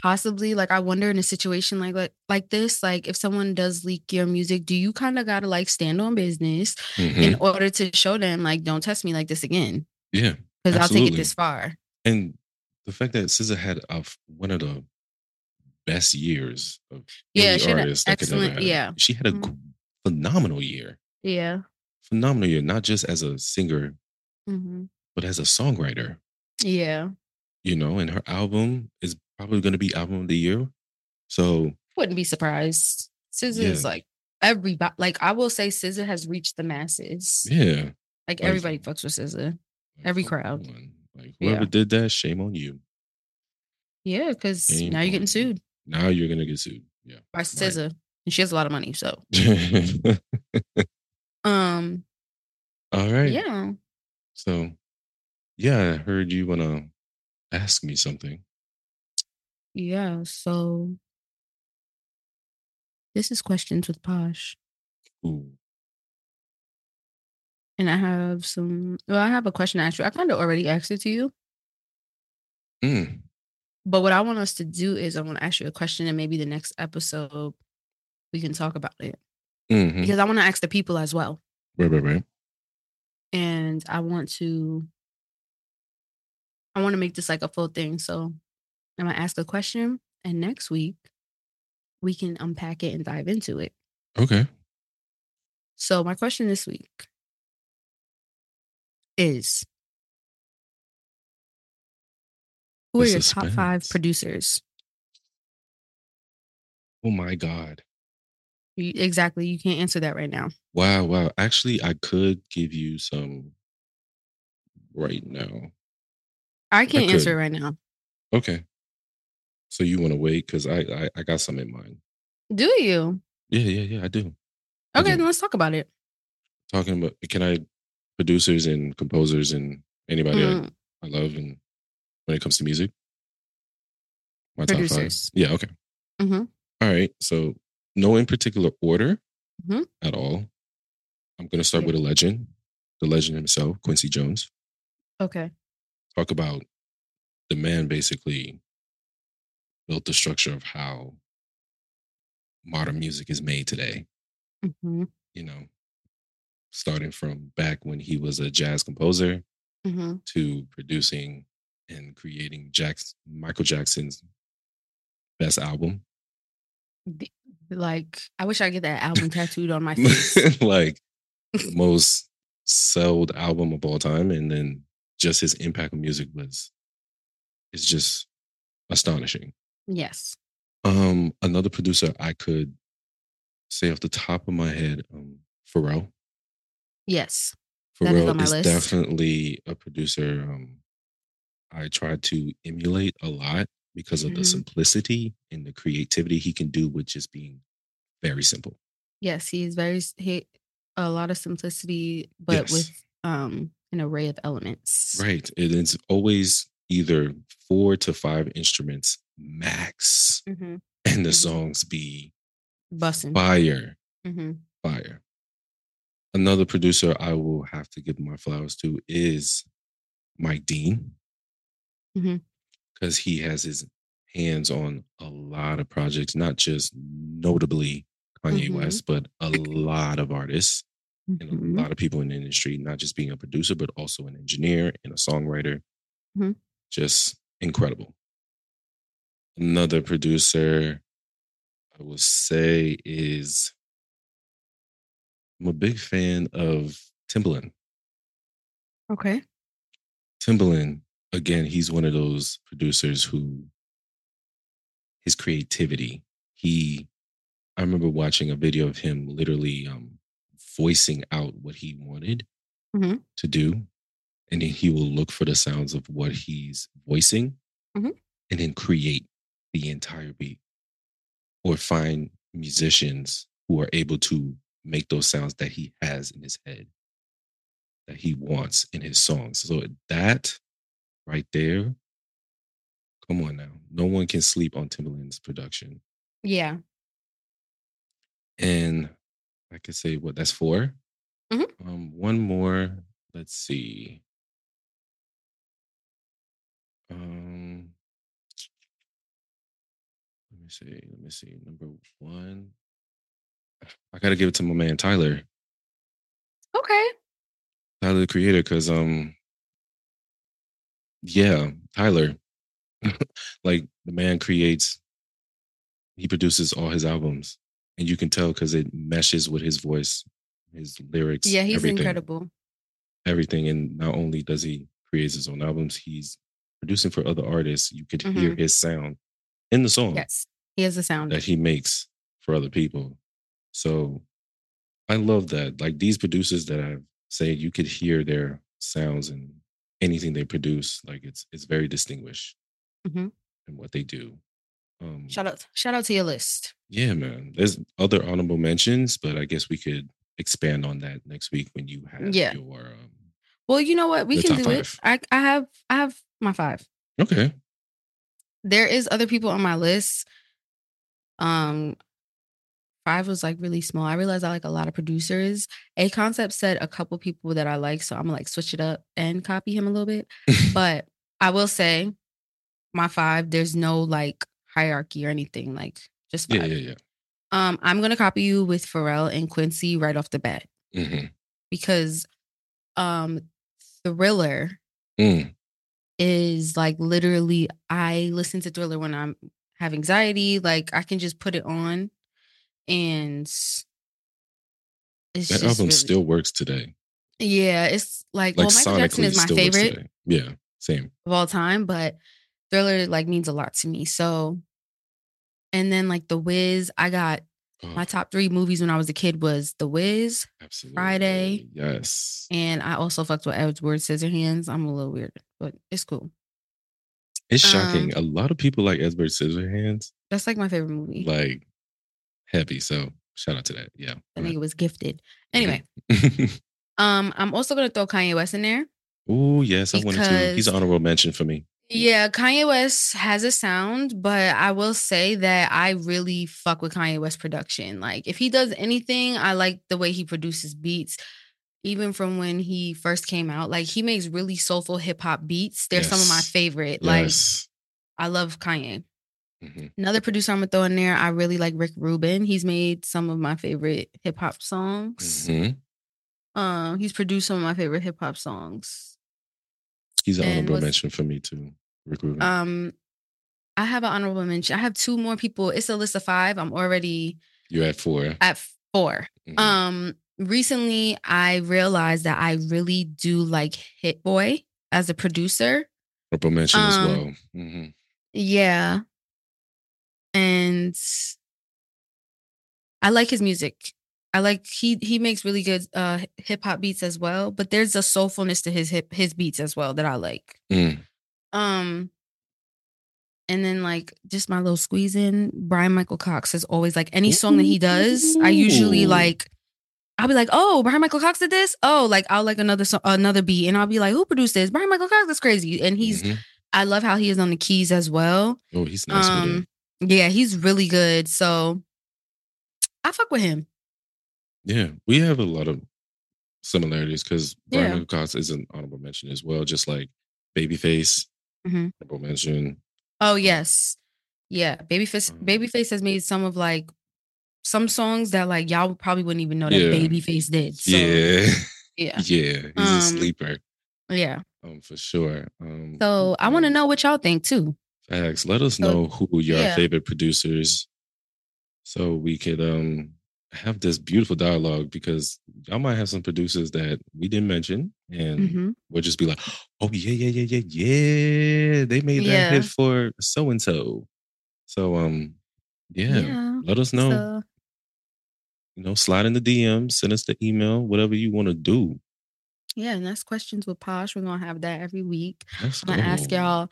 Speaker 3: possibly like I wonder in a situation like like like this, like if someone does leak your music, do you kind of gotta like stand on business
Speaker 2: Mhm.
Speaker 3: in order to show them like don't test me like this again
Speaker 2: yeah.
Speaker 3: because I'll take
Speaker 2: Absolutely.
Speaker 3: it this far.
Speaker 2: And the fact that SZA had a f one of the best years of
Speaker 3: Yeah,
Speaker 2: any
Speaker 3: she had an
Speaker 2: artist that could ever
Speaker 3: excellent-
Speaker 2: have.
Speaker 3: yeah.
Speaker 2: She had a
Speaker 3: Mhm.
Speaker 2: g- phenomenal year.
Speaker 3: Yeah.
Speaker 2: phenomenal year, not just as a singer,
Speaker 3: hmm
Speaker 2: but as a songwriter,
Speaker 3: Yeah.
Speaker 2: you know, and her album is probably going to be album of the year. So,
Speaker 3: Wouldn't be surprised. SZA is
Speaker 2: Yeah.
Speaker 3: like everybody like I will say SZA has reached the masses.
Speaker 2: yeah.
Speaker 3: Like
Speaker 2: Like-
Speaker 3: everybody fucks with SZA.
Speaker 2: Like,
Speaker 3: Every
Speaker 2: come
Speaker 3: crowd.
Speaker 2: on. Like whoever
Speaker 3: Yeah.
Speaker 2: did that, shame on you.
Speaker 3: Yeah, because
Speaker 2: Shame
Speaker 3: now you're
Speaker 2: on you.
Speaker 3: getting sued
Speaker 2: Now you're going to get sued. Yeah.
Speaker 3: by SZA. And she has a lot of money. So um
Speaker 2: All right.
Speaker 3: yeah.
Speaker 2: So, yeah, I heard you want to ask me something.
Speaker 3: Yeah, so this is questions with Posh.
Speaker 2: Ooh.
Speaker 3: And I have some well, I have a question to ask you. I kind of already asked it to you.
Speaker 2: Mm.
Speaker 3: But what I want us to do is I want to ask you a question and maybe the next episode we can talk about it.
Speaker 2: Mhm.
Speaker 3: Because I want to ask the people as well.
Speaker 2: Right, right, right.
Speaker 3: And I want to I want to make this like a full thing. So I'm gonna ask a question and next week we can unpack it and dive into it.
Speaker 2: Okay.
Speaker 3: So my question this week is Who are
Speaker 2: The
Speaker 3: your top five
Speaker 2: suspense.
Speaker 3: producers?
Speaker 2: Oh my God.
Speaker 3: You, exactly. You can't answer that right now.
Speaker 2: Wow, wow. Actually, I could give you some right now.
Speaker 3: I can't answer
Speaker 2: could.
Speaker 3: it right now.
Speaker 2: Okay. So you want to wait? Because I, I I got some in mind.
Speaker 3: Do you?
Speaker 2: Yeah, yeah, yeah. I do. I
Speaker 3: Okay,
Speaker 2: do.
Speaker 3: then let's talk about it.
Speaker 2: Talking about can I producers and composers and anybody I-
Speaker 3: Mm,
Speaker 2: I, love and when it comes to music. My top five.
Speaker 3: Producers.
Speaker 2: Yeah. Okay.
Speaker 3: Mhm.
Speaker 2: All right. So no in particular order
Speaker 3: Mhm.
Speaker 2: at all. I'm gonna start
Speaker 3: Yeah.
Speaker 2: with a legend, the legend himself, Quincy Jones.
Speaker 3: Okay.
Speaker 2: talk about the man basically built the structure of how modern music is made today
Speaker 3: hmm
Speaker 2: you know starting from back when he was a jazz composer
Speaker 3: hmm
Speaker 2: to producing and creating Jack's Michael Jackson's best album
Speaker 3: Like, I wish I could get that album tattooed on my face.
Speaker 2: like the most sold album of all time and then just his impact on music was is just astonishing
Speaker 3: yes.
Speaker 2: Um, another producer I could say off the top of my head, um, Pharrell.
Speaker 3: Yes. That is on
Speaker 2: Pharrell
Speaker 3: my
Speaker 2: is,
Speaker 3: list.
Speaker 2: definitely a producer. Um, I try to emulate a lot because of the
Speaker 3: Mhm.
Speaker 2: simplicity and the creativity he can do with just being very simple.
Speaker 3: Yes. He is very, s- he, a lot of simplicity, but
Speaker 2: Yes.
Speaker 3: with um an array of elements.
Speaker 2: Right. It is always either four to five instruments max,
Speaker 3: Mm-hmm.
Speaker 2: and the
Speaker 3: Mhm.
Speaker 2: songs be Mm-hmm.
Speaker 3: Bussing.
Speaker 2: fire.
Speaker 3: hmm
Speaker 2: fire. Another producer I will have to give my flowers to is Mike Dean.
Speaker 3: Mhm.
Speaker 2: Because he has his hands on a lot of projects, not just notably Kanye
Speaker 3: Mhm.
Speaker 2: West, but a lot of artists and
Speaker 3: hmm
Speaker 2: a lot of people in the industry, not just being a producer, but also an engineer and a songwriter.
Speaker 3: Mhm.
Speaker 2: Just incredible. Another producer I will say is I'm a big fan of Timbaland.
Speaker 3: Okay.
Speaker 2: Timbaland, again, he's one of those producers who his creativity. He, I remember watching a video of him literally um, voicing out what he wanted
Speaker 3: Mhm.
Speaker 2: to do, and then he will look for the sounds of what he's voicing,
Speaker 3: Mhm.
Speaker 2: and then create the entire beat, or find musicians who are able to make those sounds that he has in his head, that he wants in his songs. So that right there. Come on now. No one can sleep on Timbaland's production.
Speaker 3: Yeah.
Speaker 2: And I could say what that's 4
Speaker 3: Mhm.
Speaker 2: Um, one more. Let's see. Um, let me see. Let me see. Number one. I gotta give it to my man Tyler,
Speaker 3: Okay.
Speaker 2: Tyler the Creator, because um, yeah, Tyler, like the man creates. He produces all his albums, and you can tell because it meshes with his voice, his lyrics.
Speaker 3: Yeah. He's
Speaker 2: everything.
Speaker 3: incredible.
Speaker 2: everything. And not only does he create his own albums, he's producing for other artists. You could hear
Speaker 3: Mm-hmm.
Speaker 2: his sound in the song
Speaker 3: Yes. He has a sound.
Speaker 2: that he makes for other people. So I love that. Like these producers that I've said, you could hear their sounds and anything they produce. Like it's it's very distinguished
Speaker 3: Mhm.
Speaker 2: in what they do. Um,
Speaker 3: Shout out shout out to your list.
Speaker 2: yeah, man. There's other honorable mentions, but I guess we could expand on that next week when you have
Speaker 3: Yeah.
Speaker 2: your um,
Speaker 3: Well, you know what? We
Speaker 2: Your
Speaker 3: can
Speaker 2: top
Speaker 3: do it.
Speaker 2: five.
Speaker 3: I I have I have my five.
Speaker 2: okay.
Speaker 3: There is other people on my list. Um five was like really small. I realized I like a lot of producers. A concept said a couple people that I like, so I'm gonna like switch it up and copy him a little bit. but I will say my five. There's no like hierarchy or anything. Like just five.
Speaker 2: Yeah, yeah,
Speaker 3: Um, I'm gonna copy you with Pharrell and Quincy right off the bat
Speaker 2: yeah. hmm
Speaker 3: because um Thriller
Speaker 2: Mm.
Speaker 3: is like literally I listen to Thriller when I'm have anxiety. Like I can just put it on and it's
Speaker 2: That
Speaker 3: just
Speaker 2: album
Speaker 3: really-
Speaker 2: still works today.
Speaker 3: Yeah, it's like,
Speaker 2: Like
Speaker 3: well Michael
Speaker 2: sonically,
Speaker 3: Jackson
Speaker 2: it
Speaker 3: is my
Speaker 2: still works
Speaker 3: favorite
Speaker 2: today. Yeah, same.
Speaker 3: of all time, but Thriller like means a lot to me. So and then like The Wiz, I got
Speaker 2: Oh,
Speaker 3: my top three movies when I was a kid was The Wiz,
Speaker 2: absolutely.
Speaker 3: Friday.
Speaker 2: Yes.
Speaker 3: and I also fucked with Edward Scissorhands. I'm a little weird, but it's cool.
Speaker 2: It's
Speaker 3: um,
Speaker 2: shocking. a lot of people like Edward Scissorhands,
Speaker 3: That's like my favorite movie.
Speaker 2: like heavy. So shout out to that. Yeah.
Speaker 3: I think it was gifted. Anyway, um, I'm also gonna throw Kanye West in there.
Speaker 2: oh yes, I wanted to. He's
Speaker 3: Because-
Speaker 2: an honorable mention for me.
Speaker 3: Yeah, Kanye West has a sound, but I will say that I really fuck with Kanye West production. Like, if he does anything, I like the way he produces beats. Even from when he first came out, like he makes really soulful hip hop beats. They're some of my
Speaker 2: Yes.
Speaker 3: favorite.
Speaker 2: Yes.
Speaker 3: Like, I love Kanye.
Speaker 2: Mhm.
Speaker 3: Another producer I'm gonna throw in there. I really like Rick Rubin. He's made some of my favorite hip hop songs.
Speaker 2: Mhm.
Speaker 3: Um, he's produced some of my favorite hip hop songs.
Speaker 2: He's an
Speaker 3: And
Speaker 2: honorable
Speaker 3: was-
Speaker 2: mention for me too. Rick Rubin.
Speaker 3: Um, I have an honorable mention. I have two more people. It's a list of five. I'm already
Speaker 2: You're at 4
Speaker 3: at 4
Speaker 2: Mhm.
Speaker 3: Um, recently I realized that I really do like Hit Boy as a producer.
Speaker 2: honorable mention as
Speaker 3: um,
Speaker 2: well. hmm
Speaker 3: Yeah, and I like his music. I like he he makes really good uh hip hop beats as well. But there's a soulfulness to his hip his beats as well that I like.
Speaker 2: Mm.
Speaker 3: Um, and then like just my little squeeze in, Brian Michael Cox is always like any song that he does, I usually
Speaker 2: Ooh.
Speaker 3: like I'll be like, oh, Brian Michael Cox did this. Oh, like I'll like another song, another beat, and I'll be like, who produced this? Brian Michael Cox is crazy, and he's
Speaker 2: Mhm.
Speaker 3: I love how he is on the keys as well.
Speaker 2: oh, he's nice with it.
Speaker 3: um, yeah, he's really good. So I fuck with him.
Speaker 2: Yeah, we have a lot of similarities because Brian
Speaker 3: Yeah.
Speaker 2: Michael Cox is an honorable mention as well, just like Babyface,
Speaker 3: Mhm.
Speaker 2: honorable mention.
Speaker 3: Oh
Speaker 2: Mm.
Speaker 3: yes, yeah. Babyface,
Speaker 2: Um,
Speaker 3: Babyface has made some of like some songs that like y'all probably wouldn't even know that
Speaker 2: Yeah.
Speaker 3: Babyface did. So,
Speaker 2: yeah,
Speaker 3: yeah.
Speaker 2: yeah, he's
Speaker 3: Um,
Speaker 2: a sleeper
Speaker 3: Yeah.
Speaker 2: um, for sure. Um,
Speaker 3: So I want to
Speaker 2: um,
Speaker 3: know what y'all think too.
Speaker 2: Facts. Let us
Speaker 3: So,
Speaker 2: know who your
Speaker 3: yeah.
Speaker 2: favorite producers, so we could um have this beautiful dialogue because y'all might have some producers that we didn't mention and.
Speaker 3: Mhm.
Speaker 2: We'll just be like, oh yeah, yeah, yeah, yeah, yeah. They made that
Speaker 3: Yeah.
Speaker 2: hit for so and so. So um, yeah. Let us know.
Speaker 3: so-
Speaker 2: You know, slide in the DM, send us the email, whatever you want to do.
Speaker 3: yeah. And that's questions with Posh. We're gonna have that every week.
Speaker 2: Let's
Speaker 3: I'm gonna ask
Speaker 2: go.
Speaker 3: y'all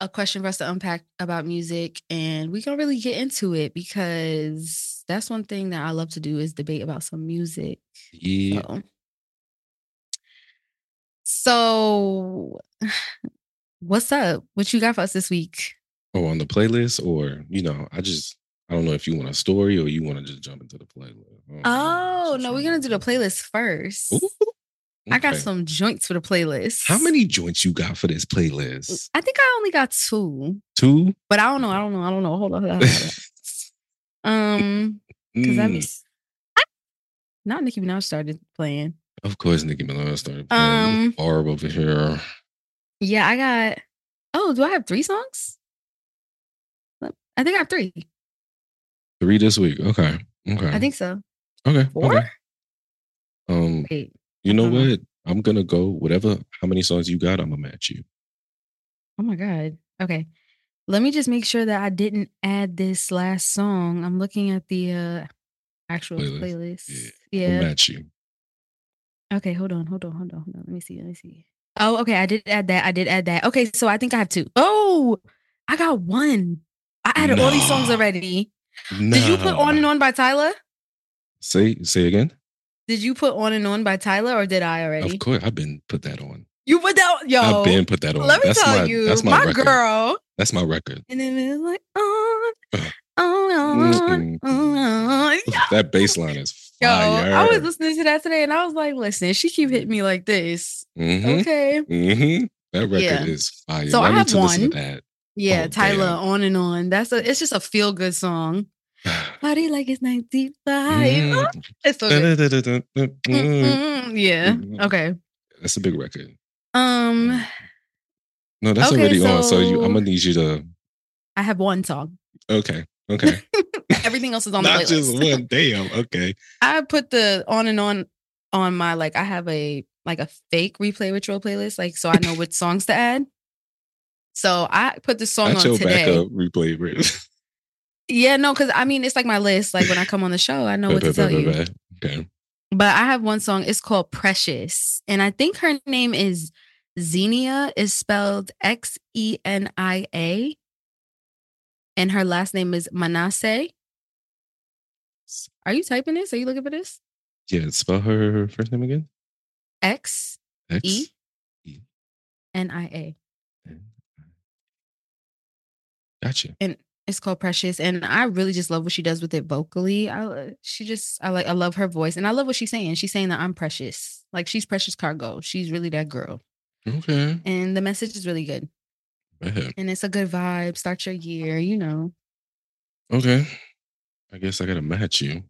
Speaker 3: a question for us to unpack about music, and we can really get into it because that's one thing that I love to do is debate about some music.
Speaker 2: Yeah.
Speaker 3: So. So, what's up? What you got for us this week?
Speaker 2: Oh, on the playlist, or you know, I just I don't know if you want a story or you want to just jump into the playlist. I don't know.
Speaker 3: Oh,
Speaker 2: Just
Speaker 3: no,
Speaker 2: trying
Speaker 3: we're
Speaker 2: to-
Speaker 3: gonna do the playlist first.
Speaker 2: Ooh,
Speaker 3: I got
Speaker 2: okay.
Speaker 3: some joints for the playlist.
Speaker 2: How many joints you got for this playlist?
Speaker 3: I think I only got two,
Speaker 2: Two.
Speaker 3: but I don't know. I don't know. I don't know. Hold on. Hold on, hold on. um, because that
Speaker 2: Mm,
Speaker 3: means not Nicki Minaj started playing.
Speaker 2: of course, Nicki Minaj started playing
Speaker 3: Um,
Speaker 2: Barb over here.
Speaker 3: Yeah, I got. Oh, do I have three songs? Let- I think I have three.
Speaker 2: Three this week. Okay. Okay.
Speaker 3: I think so.
Speaker 2: okay.
Speaker 3: Four.
Speaker 2: okay. Um,
Speaker 3: Wait.
Speaker 2: you know
Speaker 3: don't know.
Speaker 2: what? I'm gonna go whatever how many songs you got, I'm gonna match you.
Speaker 3: Oh my god. Okay. Let me just make sure that I didn't add this last song. I'm looking at the uh actual
Speaker 2: Playlist. Oh,
Speaker 3: playlist.
Speaker 2: I'm
Speaker 3: Yeah.
Speaker 2: gonna match you.
Speaker 3: Okay, hold on, hold on, hold on, hold on. Let me see, let me see. Oh, okay, I did add that. I did add that. Okay, so I think I have two. Oh, I got one. I added all these songs
Speaker 2: Nah.
Speaker 3: already. Did you put On and
Speaker 2: Nah.
Speaker 3: On by Tyler?
Speaker 2: Say say again?
Speaker 3: Did you put On and On by Tyler, or did I already?
Speaker 2: Of course I've been put that on.
Speaker 3: You put that, yo.
Speaker 2: I've been put that on.
Speaker 3: let me
Speaker 2: that's
Speaker 3: tell
Speaker 2: my,
Speaker 3: you,
Speaker 2: that's my,
Speaker 3: my,
Speaker 2: record.
Speaker 3: girl.
Speaker 2: That's my record.
Speaker 3: And then it was like on,
Speaker 2: Ugh.
Speaker 3: on,
Speaker 2: Mm-mm.
Speaker 3: on, on.
Speaker 2: Ooh, that bass line is
Speaker 3: Yo,
Speaker 2: fire. Mm-hmm.
Speaker 3: I was listening to that today, and I was like, "Listen, she keep hitting me like this."
Speaker 2: hmm
Speaker 3: Okay,
Speaker 2: hmm That record
Speaker 3: Yeah.
Speaker 2: is fire.
Speaker 3: So
Speaker 2: Y'all
Speaker 3: I
Speaker 2: need
Speaker 3: have
Speaker 2: to listen to
Speaker 3: one.
Speaker 2: that.
Speaker 3: Yeah,
Speaker 2: Oh,
Speaker 3: Tyler,
Speaker 2: damn.
Speaker 3: on and on. That's a. It's just a feel good song. Body like it's ninety five.
Speaker 2: Mm.
Speaker 3: It's so good.
Speaker 2: Da-da-da-da-da-da.
Speaker 3: Mm, mm, Yeah.
Speaker 2: Mm.
Speaker 3: Okay.
Speaker 2: That's a big record. Mm-hmm.
Speaker 3: Um,
Speaker 2: No, that's
Speaker 3: Okay,
Speaker 2: already on. So you,
Speaker 3: so-
Speaker 2: I'm gonna need you to.
Speaker 3: I have one song.
Speaker 2: Okay, okay.
Speaker 3: Everything else is on the
Speaker 2: Not just
Speaker 3: playlist.
Speaker 2: one. Damn. Okay.
Speaker 3: I put the on and on on my like. I have a like a fake replay ritual playlist, like so I know which songs to add. So I put the song
Speaker 2: That's
Speaker 3: on
Speaker 2: your
Speaker 3: today.
Speaker 2: backup replay. Rich.
Speaker 3: Yeah, no, because I mean it's like my list. Like when I come on the show, I know what to tell you.
Speaker 2: Okay.
Speaker 3: But I have one song. It's called Precious, and I think her name is Xenia. Is spelled X E N I A, and her last name is Manasseh. Are you typing this? Are you looking for this?
Speaker 2: Yeah. Spell her first name again.
Speaker 3: X
Speaker 2: X.
Speaker 3: E
Speaker 2: E.
Speaker 3: N I A.
Speaker 2: Gotcha.
Speaker 3: It's called Precious, and I really just love what she does with it vocally. I she just I like I love her voice, and I love what she's saying. She's saying that I'm precious, like she's precious cargo. She's really that girl,
Speaker 2: Okay.
Speaker 3: and the message is really good.
Speaker 2: Bet.
Speaker 3: and it's a good vibe. Start your year, you know.
Speaker 2: Okay. I guess I gotta match you.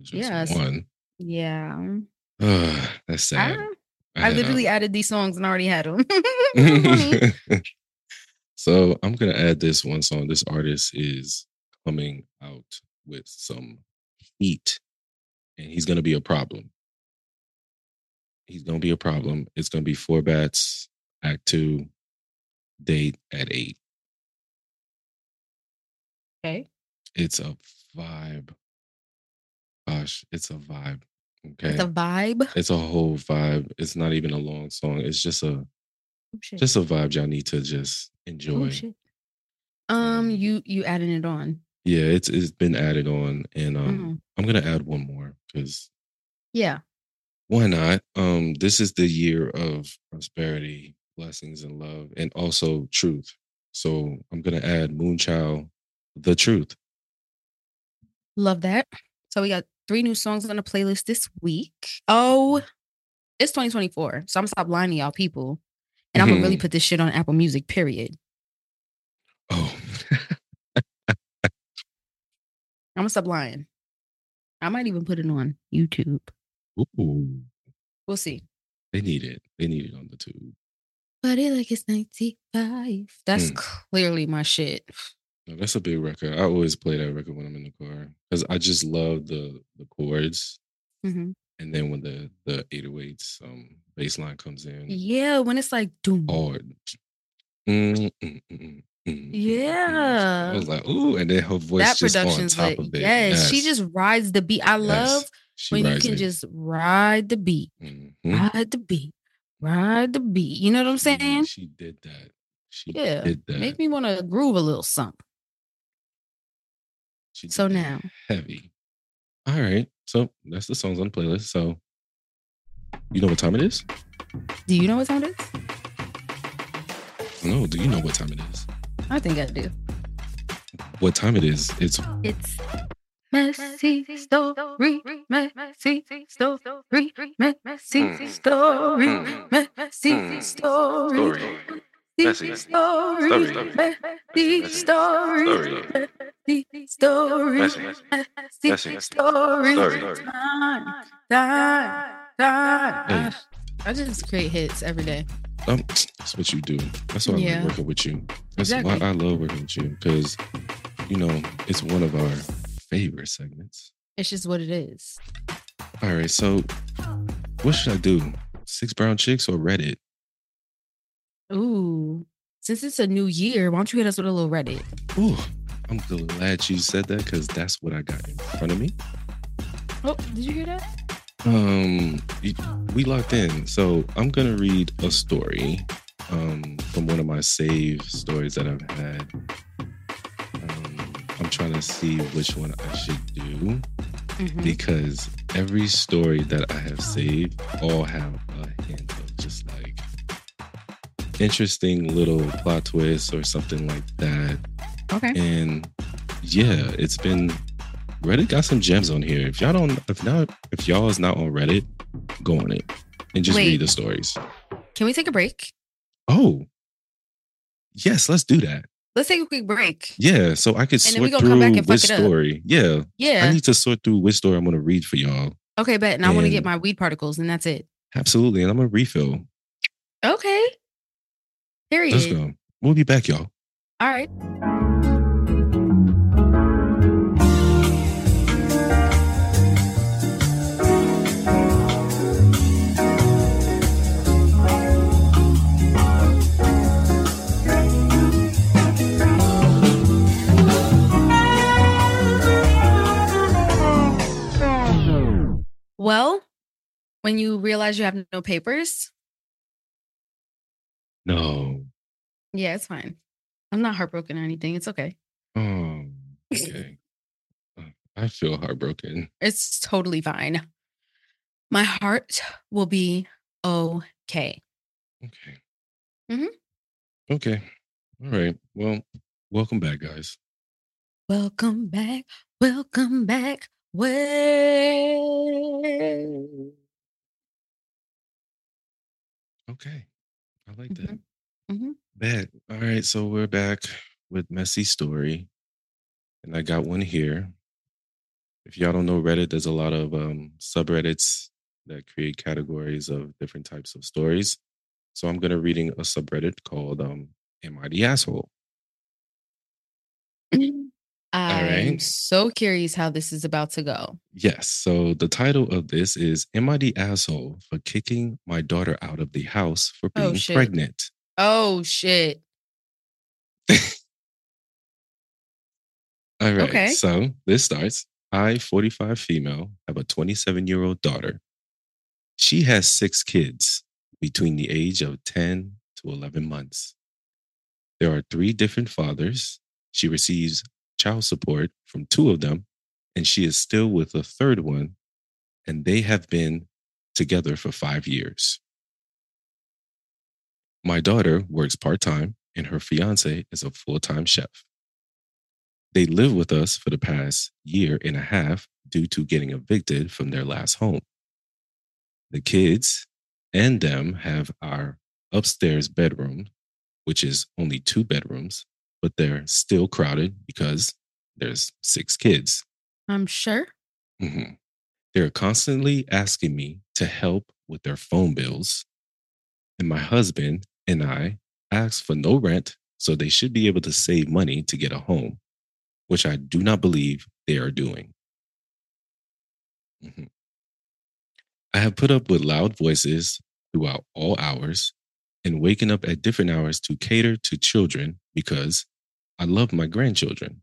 Speaker 2: Just
Speaker 3: Yes.
Speaker 2: One.
Speaker 3: Yeah,
Speaker 2: Ugh, that's sad.
Speaker 3: I,
Speaker 2: had,
Speaker 3: I
Speaker 2: um,
Speaker 3: literally added these songs and already had them.
Speaker 2: so I'm gonna add this one song. This artist is coming out with some heat, and he's gonna be a problem. He's gonna be a problem. It's gonna be four bats, act two, date at eight.
Speaker 3: okay,
Speaker 2: It's a vibe. Gosh, it's a vibe. Okay.
Speaker 3: it's a vibe.
Speaker 2: it's a whole vibe. It's not even a long song. It's just a
Speaker 3: Oh, shit.
Speaker 2: just a vibe y'all need to just
Speaker 3: Oh,
Speaker 2: enjoy.
Speaker 3: shit. Um,
Speaker 2: Um,
Speaker 3: you you adding it on?
Speaker 2: yeah, it's it's been added on, and um,
Speaker 3: Mhm.
Speaker 2: I'm gonna add one more because
Speaker 3: Yeah.
Speaker 2: why not? Um, this is the year of prosperity, blessings, and love, and also truth. So I'm gonna add Moonchild, the truth.
Speaker 3: Love that. So we got three new songs on the playlist this week. Oh, it's 2024. So I'm gonna stop lying to y'all people. And I'm gonna really
Speaker 2: Mhm.
Speaker 3: put this shit on Apple Music, period.
Speaker 2: Oh,
Speaker 3: I'm gonna stop lying. I might even put it on YouTube.
Speaker 2: ooh,
Speaker 3: We'll see.
Speaker 2: they need it. They need it on the tube.
Speaker 3: Body like it's 95. That's
Speaker 2: Mm.
Speaker 3: clearly my shit.
Speaker 2: No, that's a big record. I always play that record when I'm in the car because I just love the the chords.
Speaker 3: Mhm.
Speaker 2: and then when the the 808s um bass line comes in
Speaker 3: Yeah, when it's like doom.
Speaker 2: hard Oh, Mm, mm, mm, mm, mm,
Speaker 3: Yeah.
Speaker 2: i was like ooh and then her voice
Speaker 3: that
Speaker 2: just on
Speaker 3: production's
Speaker 2: top
Speaker 3: like,
Speaker 2: of it
Speaker 3: yes, she just rides the beat. I
Speaker 2: Yes.
Speaker 3: love
Speaker 2: She
Speaker 3: when you
Speaker 2: rides
Speaker 3: can
Speaker 2: it.
Speaker 3: just ride the beat,
Speaker 2: Mhm.
Speaker 3: ride the beat, ride the beat. You know what I'm
Speaker 2: She-
Speaker 3: saying?
Speaker 2: she did that she
Speaker 3: Yeah.
Speaker 2: did that
Speaker 3: Make me want to groove a little something.
Speaker 2: She
Speaker 3: So
Speaker 2: did that
Speaker 3: now,
Speaker 2: heavy all right so that's the songs on the playlist so you know what time it is
Speaker 3: do you know what time it is?
Speaker 2: no do you know what time it is
Speaker 3: I think I do.
Speaker 2: what time it is it's
Speaker 3: Oh, It's messy story, messy story,
Speaker 2: Hmm.
Speaker 3: messy story, messy story. Messy story, messy story, messy story, messy story. Time, time, time. I just create hits every day.
Speaker 2: Um, that's what you do. That's why I
Speaker 3: Yeah.
Speaker 2: love working with you. That's
Speaker 3: Exactly.
Speaker 2: why I love working with you because, you know, it's one of our favorite segments.
Speaker 3: It's just what it is.
Speaker 2: All right, so what should I do? Six brown chicks or Reddit?
Speaker 3: Ooh, since it's a new year, why don't you hit us with a little Reddit?
Speaker 2: Ooh, I'm glad you said that because that's what I got in front of me.
Speaker 3: Oh, did you hear that?
Speaker 2: Um, y- we locked in, so I'm gonna read a story, um, from one of my save stories that I've had. Um, I'm trying to see which one I should do.
Speaker 3: Mm-hmm.
Speaker 2: because every story that I have saved all have a hint of just like interesting little plot twist or something like that.
Speaker 3: Mm-hmm. Okay.
Speaker 2: And yeah, it's been Reddit got some gems on here. If y'all don't, if not, if y'all is not on Reddit, go on it and just
Speaker 3: Wait.
Speaker 2: read the stories.
Speaker 3: Can we take a break?
Speaker 2: Oh, yes, let's do that.
Speaker 3: Let's take a quick break.
Speaker 2: Yeah, so I could
Speaker 3: And then we
Speaker 2: sort
Speaker 3: gonna
Speaker 2: through
Speaker 3: come back and fuck
Speaker 2: which
Speaker 3: it up.
Speaker 2: story. Yeah, I
Speaker 3: Yeah.
Speaker 2: need to sort through which story I'm going to read for y'all.
Speaker 3: Okay, bet. And I want to get
Speaker 2: And-
Speaker 3: my weed particles, and that's it.
Speaker 2: Absolutely, and I'm going to refill.
Speaker 3: Okay. Period.
Speaker 2: Let's go. We'll be back, y'all.
Speaker 3: All right. Oh, Well, when you realize you have no papers,
Speaker 2: No.
Speaker 3: yeah, it's fine. I'm not heartbroken or anything. It's okay.
Speaker 2: Oh, okay. I feel heartbroken.
Speaker 3: It's totally fine. My heart will be okay.
Speaker 2: Okay.
Speaker 3: Mhm.
Speaker 2: Okay. All right. Well, welcome back, guys.
Speaker 3: Welcome back. Welcome back. Well,
Speaker 2: Okay. I like that.
Speaker 3: Mhm. Mhm.
Speaker 2: Bet. All right. So we're back with Messy Story. And I got one here. If y'all don't know Reddit, there's a lot of um, subreddits that create categories of different types of stories. So I'm going to reading a subreddit called um, Am I the Asshole?
Speaker 3: I'm
Speaker 2: right.
Speaker 3: so curious how this is about to go.
Speaker 2: Yes. So the title of this is Am I the Asshole for Kicking My Daughter Out of the House for
Speaker 3: Oh,
Speaker 2: Being
Speaker 3: shit.
Speaker 2: Pregnant?
Speaker 3: Oh shit.
Speaker 2: All right.
Speaker 3: Okay.
Speaker 2: So this starts. I, 45 female, have a 27 year old daughter. She has six kids between the age of 10 to 11 months. There are three different fathers. She receives child support from two of them, and she is still with a third one, and they have been together for five years. My daughter works part time, and her fiance is a full time chef. They live with us for the past year and a half due to getting evicted from their last home. The kids and them have our upstairs bedroom, which is only two bedrooms, but they're still crowded because there's six kids.
Speaker 3: I'm sure.
Speaker 2: Mhm. They're constantly asking me to help with their phone bills. And my husband and I ask for no rent, so they should be able to save money to get a home, which I do not believe they are doing. Mhm. I have put up with loud voices throughout all hours and waking up at different hours to cater to children because I love my grandchildren.